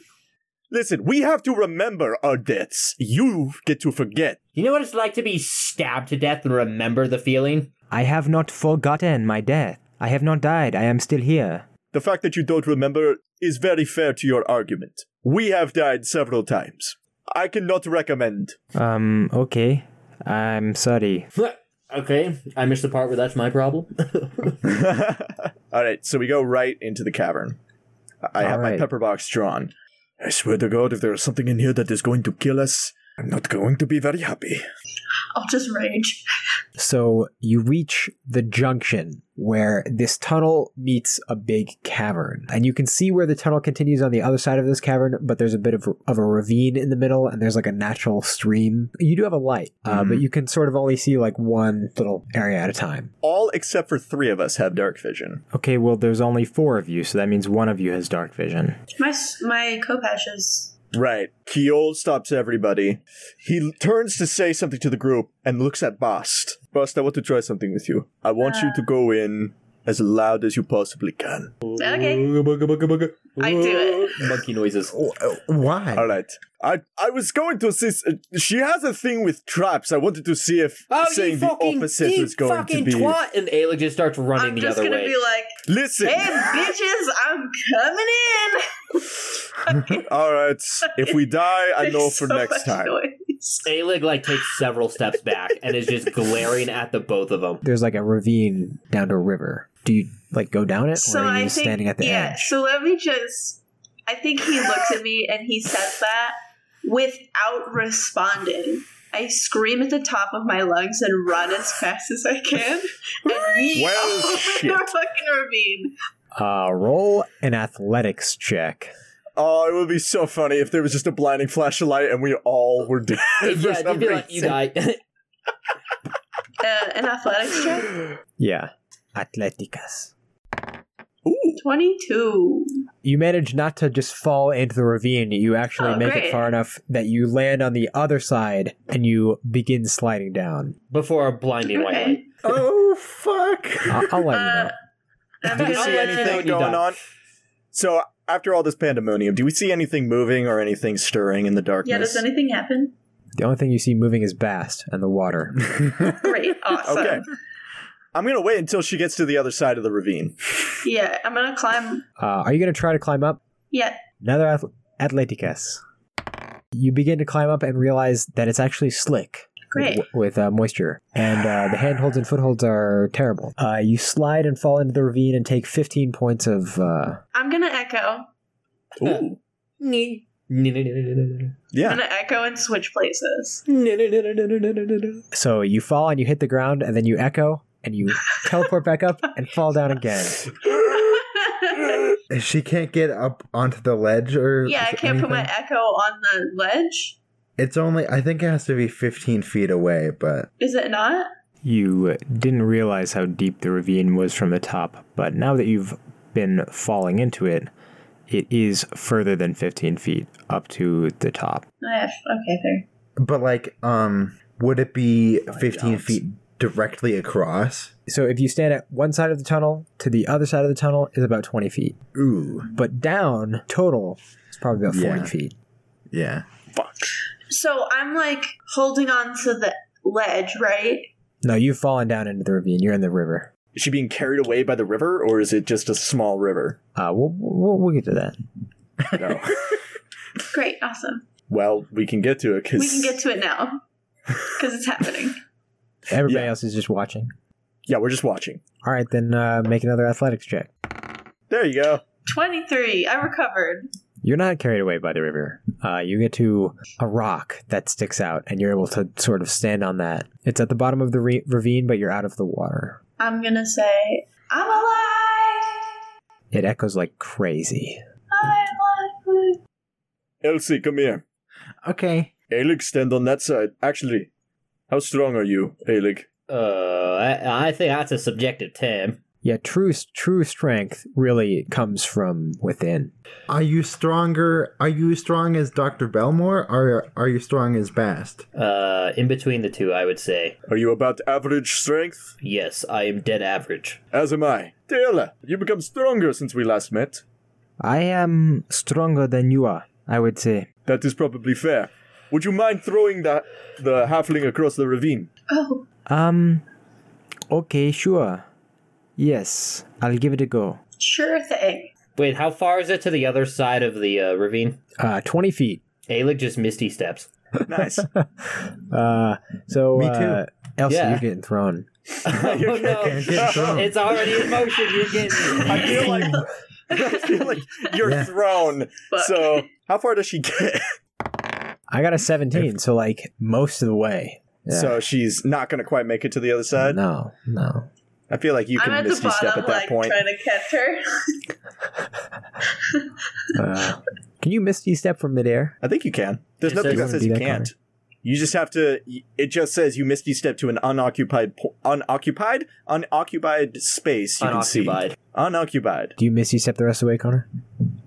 D: listen. We have to remember our deaths. You get to forget.
E: You know what it's like to be stabbed to death and remember the feeling?
B: I have not forgotten my death. I have not died. I am still here.
D: The fact that you don't remember is very fair to your argument. We have died several times. I cannot recommend.
B: Um, okay. I'm sorry.
E: Okay, I missed the part where that's my problem.
D: All right, so we go right into the cavern. I I
A: All
D: have my
A: right.
D: pepper box drawn. I swear to God, if there is something in here that is going to kill us, I'm not going to be very happy.
G: I'll just rage.
A: So you reach the junction where this tunnel meets a big cavern. And you can see where the tunnel continues on the other side of this cavern, but there's a bit of, of a ravine in the middle and there's like a natural stream. You do have a light, uh, but you can sort of only see like one little area at a time.
D: All except for three of us have dark vision.
B: Okay, well, there's only four of you, so that means one of you has dark vision.
G: My s- my copash is
D: Right. Kiol stops everybody. He l- turns to say something to the group and looks at Bast. Bast, I want to try something with you. I want you to go in as loud as you possibly can.
G: okay. I do it.
E: Monkey
D: Oh,
E: noises.
N: Why?
D: All right. I I was going to see. s- she has a thing with traps. I wanted to see if
E: Oh,
D: saying
E: you
D: the
E: fucking,
D: opposite
E: you
D: was going to
E: fucking
D: be.
E: twat! And Ayla just starts running
G: I'm
E: the
G: just
E: other
G: gonna
E: way.
G: be like,
D: Listen.
G: hey bitches, I'm coming in.
D: All right. If we die, I know
G: There's
D: for
G: so
D: next
G: much
D: time.
G: noise.
E: Ayla like takes several steps back and is just glaring at the both of them.
A: There's like a ravine down to a river. Do you like go down it
G: So
A: or are
G: I
A: you
G: think
A: standing at the
G: yeah.
A: edge?
G: So let me just. I think he looks at me and he says that without responding. I scream at the top of my lungs and run as fast as I can, and we
D: Well,
G: over
D: shit.
G: the fucking ravine.
A: Uh, roll an athletics check.
D: Oh, it would be so funny if there was just a blinding flash of light and we all were dead. for
E: yeah,
D: some
E: just be like, you
D: reason.
E: die.
G: Uh, an athletics check,
A: Yeah. Atleticas.
D: Ooh.
G: twenty-two.
A: You manage not to just fall into the ravine. You actually
G: Oh,
A: make
G: great.
A: it far enough that you land on the other side and you begin sliding down.
E: Before a blinding white light.
G: Okay,
N: Oh, fuck.
A: I'll, I'll let you
G: uh,
A: know.
G: I'm
D: Do we
G: gonna-
D: see anything
E: you
D: going
E: die.
D: on? So after all this pandemonium, do we see anything moving or anything stirring in the darkness?
G: Yeah, does anything happen?
A: The only thing you see moving is Bast and the water.
G: Great, awesome.
D: Okay. I'm gonna wait until she gets to the other side of the ravine.
G: Yeah, I'm gonna climb.
A: Uh, are you going to try to climb up?
G: Yeah,
A: Another ath- Atleticas. You begin to climb up and realize that it's actually slick.
G: Great.
A: With, with uh, moisture. And uh, the handholds and footholds are terrible. Uh, you slide and fall into the ravine and take 15 points of. Uh,
G: I'm gonna echo.
D: Ooh.
E: Nee. Nee, nee, nee, nee, nee, nee.
D: Yeah.
G: I'm gonna echo and switch places.
E: Nee, nee, nee, nee, nee, nee, nee, nee, nee.
A: So you fall and you hit the ground, and then you echo and you teleport back up and fall down again.
G: I
F: She can't get up onto the ledge or.
G: Yeah, I can't put my
F: anything?
G: echo on the ledge.
F: It's only. I think it has to be 15 feet away, but.
G: Is it not?
B: You uh, didn't realize how deep the ravine was from the top, but now that you've been falling into it, it is further than 15 feet up to the top.
G: I have, Oh, okay, there.
F: But, like, um, would it be 15 feet directly across?
A: So if you stand at one side of the tunnel to the other side of the tunnel is about 20 feet.
F: Ooh.
A: But down total is probably about 40
F: Yeah.
A: feet.
F: Yeah.
G: So I'm like holding on to the ledge, right?
A: No, you've fallen down into the ravine. You're in the river.
D: Is she being carried away by the river, or is it just a small river?
A: Uh, we'll, we'll, we'll get to that.
D: No.
G: Great, awesome.
D: well, we can get to it because
G: We can get to it now because it's happening.
A: Everybody
D: Yeah.
A: else is just watching.
D: yeah, we're just watching.
A: All right, then uh, make another athletics check.
D: There you go.
G: 23. I recovered.
A: You're not carried away by the river. Uh, you get to a rock that sticks out, and you're able to sort of stand on that. It's at the bottom of the re- ravine, but you're out of the water.
G: I'm going to say, I'm alive.
A: It echoes like crazy.
G: I'm alive.
D: Elsie, come here.
N: Okay.
D: Alig, stand on that side. Actually, how strong are you, Alig?
E: Uh, I, I think that's a subjective term.
A: Yeah, true true strength really comes from within.
F: Are you stronger? Are you strong as Dr. Belmore? Or are you strong as Bast?
E: Uh, in between the two, I would say
D: Are you about average strength?
E: yes. I am dead average.
D: As am I. Taylor, you become stronger since we last met.
B: I am stronger than you are, I would say.
D: That is probably fair. Would you mind throwing the, the halfling across the ravine?
G: Oh,
B: Um, okay, sure. Yes, I'll give it a go.
G: sure thing.
E: Wait, how far is it to the other side of the uh, ravine?
A: Uh, 20 feet.
E: Alec just misty steps.
D: Nice.
A: Uh, so
F: Me
A: Uh, Elsie,
E: Yeah.
A: you're getting thrown.
E: oh no! It's already in motion. You're getting.
D: I feel like I feel like you're
F: Yeah.
D: thrown.
G: Fuck.
D: So how far does she get?
A: I got a 17, so like most of the way. uh, Yeah.
D: So she's not going to quite make it to the other side.
A: no, no.
D: I feel like you
G: I'm
D: can
G: at the
D: misty step
G: bottom,
D: at that
G: like,
D: point.
G: trying to catch her.
A: Uh, can you misty step from midair?
D: I think you can. There's
E: It
D: nothing
E: says-
D: that says
A: Do
D: you
A: that,
D: can't. You just have to. It just says you misty step to an unoccupied, po- unoccupied, unoccupied space. You Can
E: Unoccupied.
D: see. Unoccupied.
A: Do you misty step the rest of the way, Connor?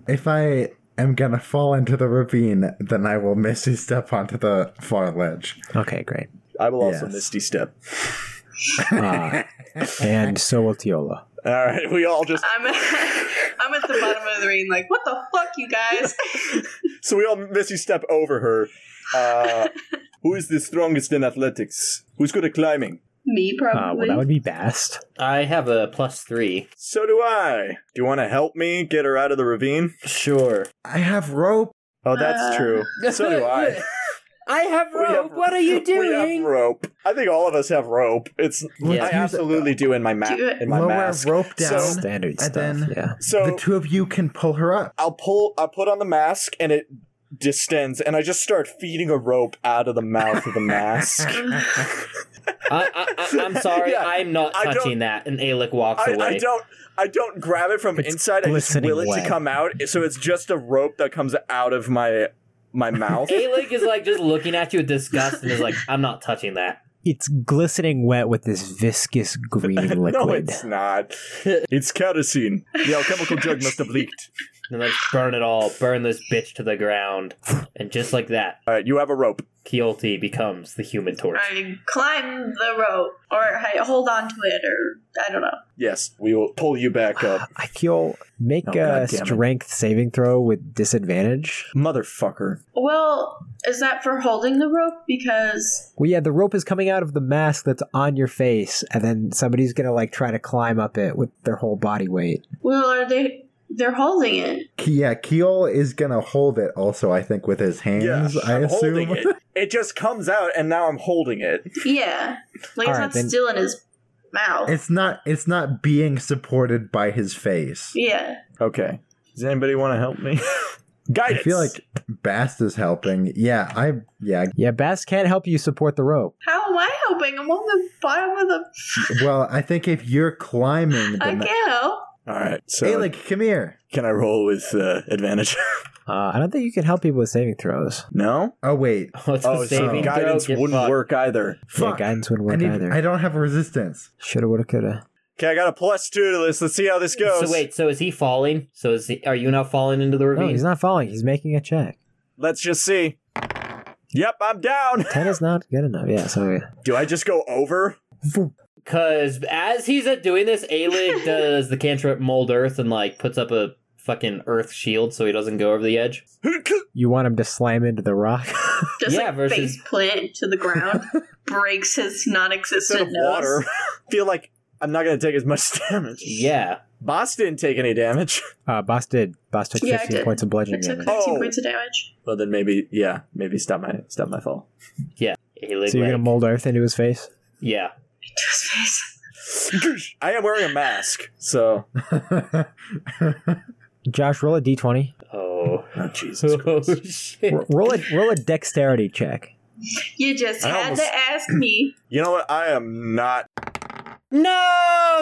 F: If I am gonna fall into the ravine, then I will miss a step onto the far ledge.
A: Okay, great.
D: I will also
F: Yes.
D: misty step.
A: Uh, and so will Teola.
D: All right, we all just
G: I'm, I'm at the bottom of the ring, like, what the fuck, you guys?
D: so we all misty step over her. Uh, who is the strongest in athletics? Who's good at climbing?
G: Me,
A: Uh,
D: Ah,
A: well,
G: probably.
A: that would be Bast.
E: I have a plus three.
D: So do I. Do you want to help me get her out of the ravine?
E: Sure.
F: I have rope.
D: Oh, that's
G: Uh.
D: true. So do I.
E: I have
D: We have-
E: rope. What are you
D: We have
E: doing?
D: rope. I think all of us have rope. It's
E: Yeah.
D: I absolutely do in my ma-
G: Do it.
D: in my
F: Lower
D: mask.
F: rope down.
D: So-
A: Standard
F: And
A: stuff.
F: then-
A: yeah.
D: So
F: the two of you can pull her up.
D: I'll pull. I put on the mask, and it distends, and I just start feeding a rope out of the mouth of the mask.
E: I, I, I, I'm sorry.
D: Yeah,
E: I'm not
D: I don't-
E: touching that. And Alec walks
D: I,
E: away.
D: I don't. I don't grab it from
A: It's
D: inside. I just
A: glistening
D: will it
A: wet.
D: to come out. So it's just a rope that comes out of my my mouth.
E: Alec is like just looking at you with disgust and is like, I'm not touching that.
A: It's glistening wet with this viscous green liquid.
D: no, it's not. It's kerosene. The alchemical jug must have leaked.
E: And let's burn it all. Burn this bitch to the ground. And just like that,
D: All right, you have a rope.
E: Keolti becomes the human torch.
G: I climb the rope, or I hold on to it, or I don't know.
D: Yes, we will pull you back up,
A: I feel make
D: Oh,
A: a
D: goddammit.
A: strength saving throw with disadvantage.
D: Ah, motherfucker.
G: Well, is that for holding the rope? Because
A: Well, yeah, the rope is coming out of the mask that's on your face, and then somebody's gonna like try to climb up it with their whole body weight.
G: well, are they? They're holding it.
F: Ki- Yeah, Keel is gonna hold it also, I think, with his hands, I
D: I'm
F: assume.
D: holding it. It just comes out, and now I'm holding it.
G: Yeah, like
A: All
G: it's
A: right,
G: not
A: then-
G: still in his mouth.
F: It's not it's not being supported by his face.
G: yeah,
D: Okay. Does anybody want to help me? Guidance.
F: I feel like Bast is helping. Yeah, I yeah.
A: Yeah, Bass can't help you support the rope.
G: how am I helping? I'm on the bottom of the.
F: Well, I think if you're climbing
G: I
F: then
G: can't help.
D: All right. So
F: Alec, come here.
D: can I roll with uh, advantage?
A: Uh, I don't think you can help people with saving throws.
D: no.
F: Oh wait,
E: Oh, it's
D: Oh,
E: a
D: so
E: saving
D: guidance
E: throw, get
D: wouldn't
E: fucked.
D: work either.
F: fuck.
A: Yeah, guidance wouldn't work
F: I need.
A: either.
F: I don't have a resistance.
A: Shoulda, woulda, coulda.
D: Okay, I got a plus two to this. Let's see how this goes.
E: So wait, so is he falling? So is he, are you now falling into the
A: No,
E: ravine?
A: he's not falling. He's making a check.
D: Let's just see. Yep, I'm down.
A: Ten is not good enough. Yeah, so yeah.
D: Do I just go over?
E: Cause as he's uh, doing this, Aelig does the cantrip mold earth and like puts up a fucking earth shield so he doesn't go over the edge.
A: you want him to slam into the rock.
G: Just
E: Yeah,
G: like
E: versus-
G: face plant to the ground, breaks his
D: Instead of
G: non-existent nose.
D: water, feel like I'm not gonna take as much damage.
E: Yeah.
D: Boss didn't take any damage.
A: Uh, Boss did. Boss took
G: Yeah, I
A: 15
G: did.
A: points of
G: I
A: bludgeoning
G: took
A: damage.
G: 15
D: Oh.
G: points of damage.
D: Well, then maybe, yeah, maybe stop my stop my fall.
E: Aelig,
A: So you're gonna
E: like-
A: mold earth into his face?
E: Yeah.
G: To his face.
D: I am wearing a mask, so
A: Josh, roll a d20.
E: Oh.
D: oh, Jesus.
E: Oh shit.
A: R- roll a roll a dexterity check.
G: You just
D: I
G: had
D: almost-
G: to ask me.
D: You know what? I am not.
E: No,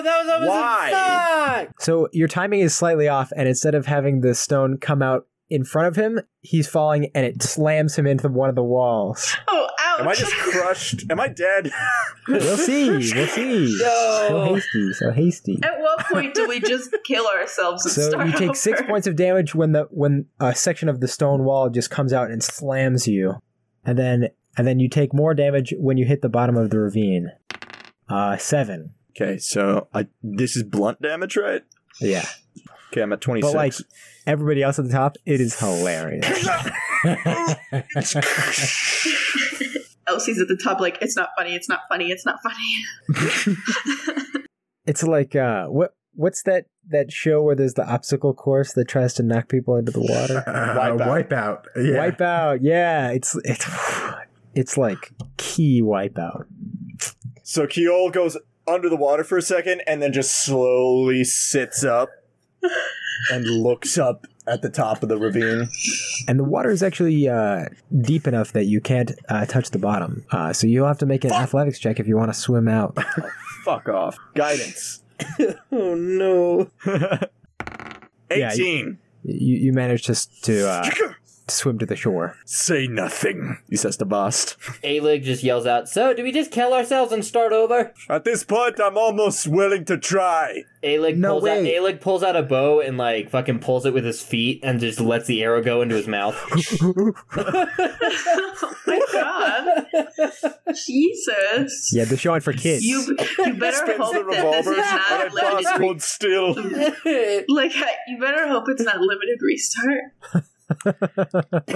E: that was almost
D: Why?
E: a fuck.
A: So your timing is slightly off, and instead of having the stone come out in front of him, he's falling, and it slams him into one of the walls.
G: Oh, ouch.
D: Am I just crushed? Am I dead?
A: We'll see. We'll see. So
E: No.
A: hasty. So hasty.
G: At what point do we just kill ourselves and
A: So
G: start
A: you take six
G: over?
A: points of damage when the when a section of the stone wall just comes out and slams you, and then and then you take more damage when you hit the bottom of the ravine. Uh, seven.
D: okay, so I this is blunt damage, right?
A: Yeah,
D: Okay, I'm at
A: but
D: 26.
A: like everybody else at the top, it is hilarious.
G: Elsie's at the top, like it's not funny, it's not funny, it's not funny.
A: It's like uh, what what's that that show where there's the obstacle course that tries to knock people into the water?
F: Uh, wipe out. Yeah.
A: Wipeout. Yeah, it's it's it's like key wipeout.
D: so Keol goes under the water for a second and then just slowly sits up and looks up at the top of the ravine.
A: And the water is actually uh, deep enough that you can't uh, touch the bottom. Uh, so you'll have to make an athletics check if you want to swim out.
D: Fuck off. Guidance.
E: Oh no.
D: 18.
A: Yeah, You, you manage just to uh, swim to the shore.
D: Say nothing, he says to Bast.
E: Aelig just yells out, So do we just kill ourselves and start over?
D: At this point, I'm almost willing to try.
E: Aelig
F: No
E: pulls out
F: way.
E: Aelig pulls out a bow and like fucking pulls it with his feet and just lets the arrow go into his mouth.
G: oh my god. Jesus.
A: Yeah, they're showing for kids.
G: You, you better hope that this is not
D: and I Bast
G: limited.
D: hold still.
G: Like you better hope it's not limited restart.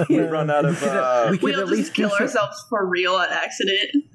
D: We run out of. Uh,
F: we could
G: We'll
F: at
G: just
F: least
G: kill
F: do some-
G: ourselves for real on accident.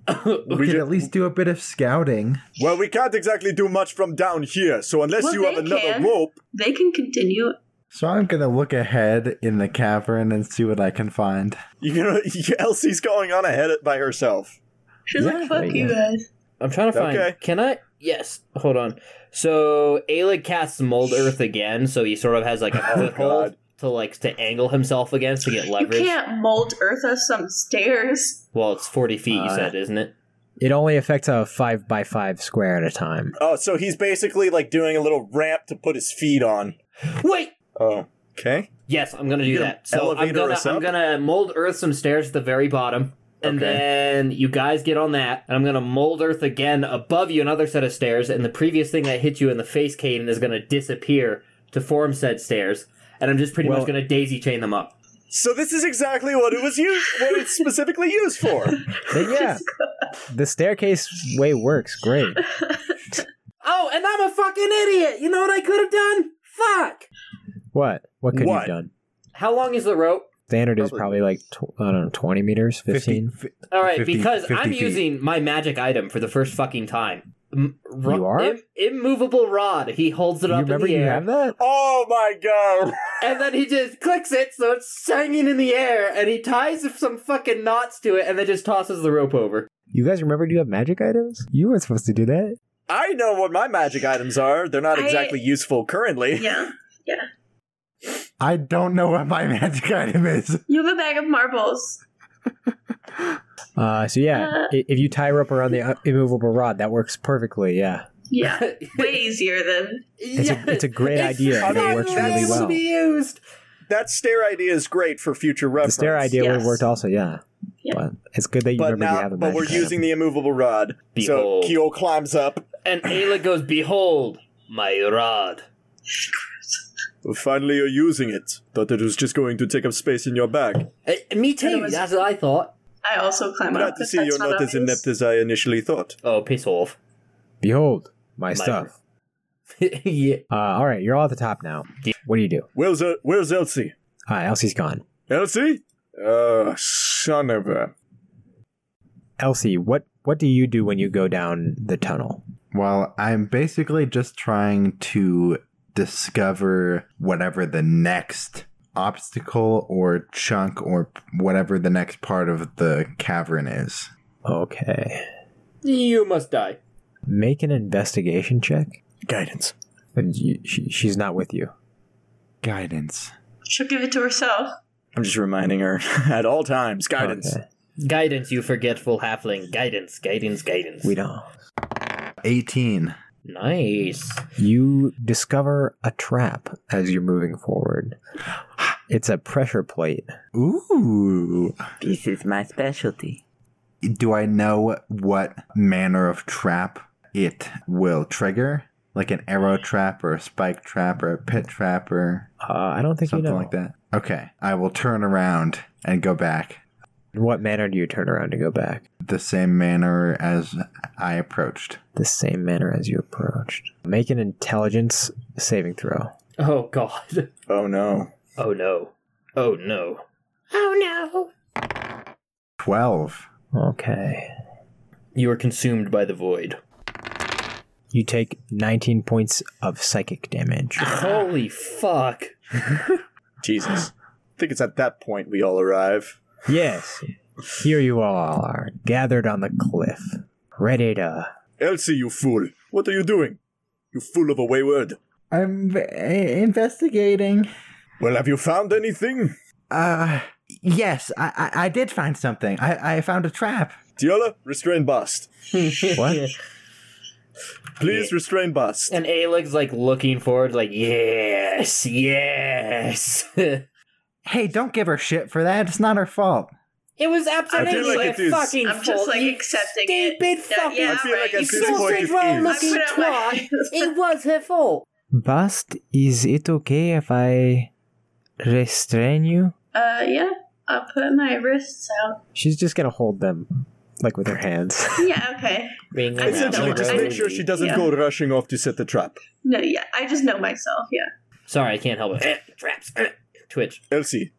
F: We, could at least do a bit of scouting.
D: well, we can't exactly do much from down here, so unless
G: Well,
D: you have
G: they
D: another
G: can.
D: rope,
G: They can continue.
F: So I'm gonna look ahead in the cavern and see what I can find.
D: you know, Elsie's going on ahead by herself.
G: She's
A: Yeah,
G: like, fuck
A: right,
G: you
A: yeah.
G: guys.
E: I'm trying to find.
D: Okay.
E: Can I? Yes. Hold on. So Aelig casts Mold Earth again, so he sort of has like a foothold
D: God.
E: to like to angle himself against to get
G: You
E: leverage.
G: can't mold Earth us some stairs.
E: Well, it's 40 feet, you said, isn't it?
A: It only affects a five by five square at a time.
D: Oh, so he's basically like doing a little ramp to put his feet on.
E: Wait.
D: Oh, okay.
E: Yes, I'm gonna do
D: You gonna
E: that. So I'm
D: elevator
E: gonna
D: us
E: I'm
D: up?
E: gonna mold Earth some stairs at the very bottom, and
D: Okay.
E: then you guys get on that, and I'm gonna mold Earth again above you another set of stairs, and the previous thing that hit you in the face, Caden, is gonna disappear to form said stairs, and I'm just pretty
A: Well-
E: much gonna daisy chain them up.
D: So this is exactly what it was used, what it's specifically used for.
A: But yeah, the staircase way works great.
E: Oh, and I'm a fucking idiot. You know what I could have done? Fuck.
A: What? What could you have
D: What?
A: done?
E: How long is the rope?
A: Standard is
D: Probably-
A: probably like tw- I don't know, twenty meters, fifteen.
E: All right,
F: 50
E: because
F: 50
E: I'm
F: feet.
E: using my magic item for the first fucking time. M- ro-
A: You are?
E: im- immovable rod. He holds it
A: you
E: up
A: remember
E: in the
A: you
E: air.
A: have that?
D: Oh my god!
E: And then he just clicks it so it's hanging in the air, and he ties some fucking knots to it, and then just tosses the rope over.
A: You guys remembered you have magic items? You weren't supposed to do that.
D: I know what my magic items are. They're not
G: I-
D: exactly useful currently.
G: Yeah.
F: I don't know what my magic item is.
G: You have a bag of marbles.
A: Uh, so yeah,
G: Uh.
A: uh, i if you tie rope around the uh, immovable rod, that works perfectly. Yeah,
G: Yeah, way easier than
A: It's, a, it's a great idea and it works really well.
E: Be used.
D: That stair idea is great for future
A: The
D: reference.
A: stair idea would have
G: Yes.
A: worked also, yeah.
G: Yeah.
A: But it's good that you
D: But
A: remember you
D: now,
A: have a
D: but we're
A: magic item.
D: using the immovable rod.
E: Behold.
D: So Kyo climbs up.
E: And Ayla goes, Behold, my rod.
D: Finally, you're using it. Thought it was just going to take up space in your bag.
E: Eh, me too.
G: was-
E: That's what I thought.
G: I also climb up.
D: Glad to
G: but
D: see
G: that's
D: you're not as
G: obvious.
D: inept as I initially thought.
E: Oh, piss off.
A: Behold, my, stuff.
E: yeah.
A: Uh, all right, you're all at the top now. What do you do?
D: Where's uh, Where's Elsie?
A: Uh, Elsie's gone.
D: Elsie? Uh, son of a.
A: Elsie, what what do you do when you go down the tunnel?
F: Well, I'm basically just trying to discover whatever the next obstacle or chunk or whatever the next part of the cavern is.
A: Okay,
E: You must die.
A: make an investigation check.
D: Guidance.
A: And you, she, she's not with you.
F: Guidance.
G: She'll give it to herself.
D: I'm just reminding her at all times. Guidance.
A: Okay.
E: Guidance, you forgetful halfling. Guidance, guidance, guidance.
A: We don't.
F: 18.
E: Nice.
A: You discover a trap as you're moving forward. It's a pressure plate.
F: Ooh.
P: This is my specialty.
F: Do I know what manner of trap it will trigger? Like an arrow trap or a spike trap or a pit trap or
A: Uh, I don't think
F: something
A: you know.
F: like that? Okay. I will turn around and go back
A: In what manner do you turn around to go back?
F: the same manner as I approached.
A: The same manner as you approached. Make an intelligence saving throw.
E: Oh, God.
D: Oh no.
E: Oh, no. Oh, no. Oh, no.
F: 12.
A: Okay.
E: You are consumed by the void.
A: You take 19 points of psychic damage.
E: Holy fuck.
D: Jesus. I think it's at that point we all arrive.
A: yes, here you all are, gathered on the cliff, ready to.
D: Elsie, you fool. What are you doing? You fool of a wayward.
N: I'm eh, investigating.
D: Well, have you found anything?
N: Uh, yes, I, I, I did find something. I, I found a trap.
D: Tiola, restrain Bast.
A: What?
D: Please restrain Bast.
E: And Aelig's like looking forward, like, yes, yes. it
N: Hey, don't give her shit for that. It's not her fault.
E: was
D: I feel like it is.
G: I'm just like accepting it. Yeah, yeah,
D: I feel like
G: right.
D: at this point it
G: I
D: is.
G: put out my-
E: It was her fault.
B: Bust, is it okay if I restrain you?
G: Uh, yeah. I'll put my wrists out.
A: She's just gonna hold them, like with her hands.
G: Yeah, okay.
E: Being
G: I said
D: Essentially,
G: Yeah.
D: just make sure she doesn't
G: Yeah.
D: go rushing off to set the trap.
G: No, yeah. I just know myself. Yeah.
E: Sorry, I can't help it. Eh, Traps. Eh, Twitch.
D: Elsie,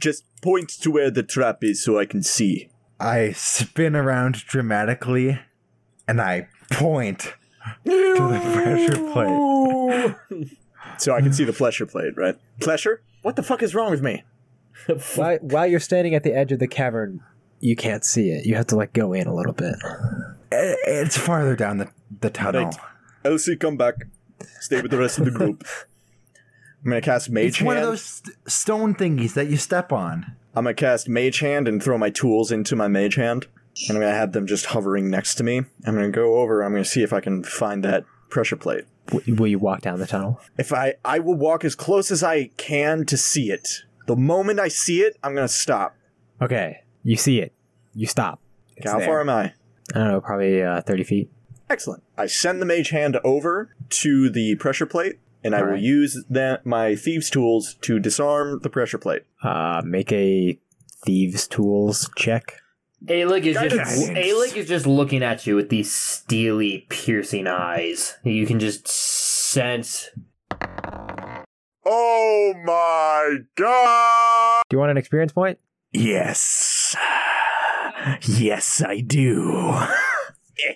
D: just point to where the trap is so I can see.
F: I spin around dramatically and I point to the pressure plate.
D: So I can see the pleasure plate, right? Pleasure? What the fuck is wrong with me?
A: while, while you're standing at the edge of the cavern, you can't see it. You have to like go in a little bit.
F: I- Eh, It's farther down the, the tunnel.
D: Right. Elsie, come back. Stay with the rest of the group. I'm gonna cast Mage
F: It's
D: Hand.
F: one of those st- stone thingies that you step on.
D: I'm gonna cast Mage Hand and throw my tools into my Mage Hand. And I'm gonna have them just hovering next to me. I'm gonna go over. I'm gonna see if I can find that pressure plate.
A: W- will you walk down the tunnel?
D: If I I will walk as close as I can to see it. The moment I see it, I'm gonna stop.
A: Okay, you see it. You stop. It's
D: How
A: there.
D: far am I?
A: I don't know, probably uh, 30 feet.
D: Excellent. I send the mage hand over to the pressure plate, and I will
A: Alright.
D: use that my thieves' tools to disarm the pressure plate.
A: Uh, make a thieves' tools check.
E: Aelig is just
D: Guidance.
E: Aelig is just looking at you with these steely, piercing eyes. You can just sense.
D: Oh my god!
A: Do you want an experience point?
D: Yes. Yes, I do.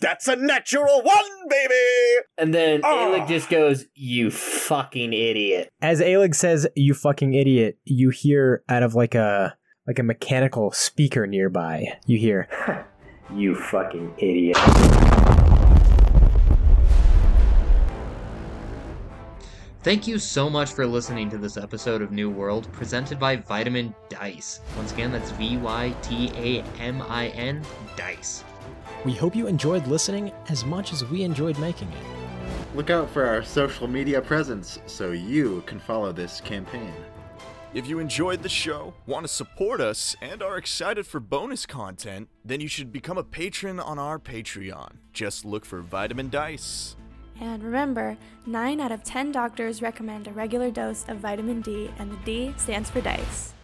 D: That's a natural one, baby!
E: And then
D: Ah.
E: Aelig just goes, "You fucking idiot!"
A: As Aelig says, "You fucking idiot," you hear out of like a like a mechanical speaker nearby. You hear, "You fucking idiot."
Q: Thank you so much for listening to this episode of New World presented by Vitamin Dice. Once again, that's V Y T A M I N Dice.
A: We hope you enjoyed listening as much as we enjoyed making it.
F: Look out for our social media presence so you can follow this campaign.
D: If you enjoyed the show, want to support us, and are excited for bonus content, then you should become a patron on our Patreon. Just look for Vitamin Dice.
R: And remember, 9 out of 10 doctors recommend a regular dose of vitamin D, and the D stands for dice.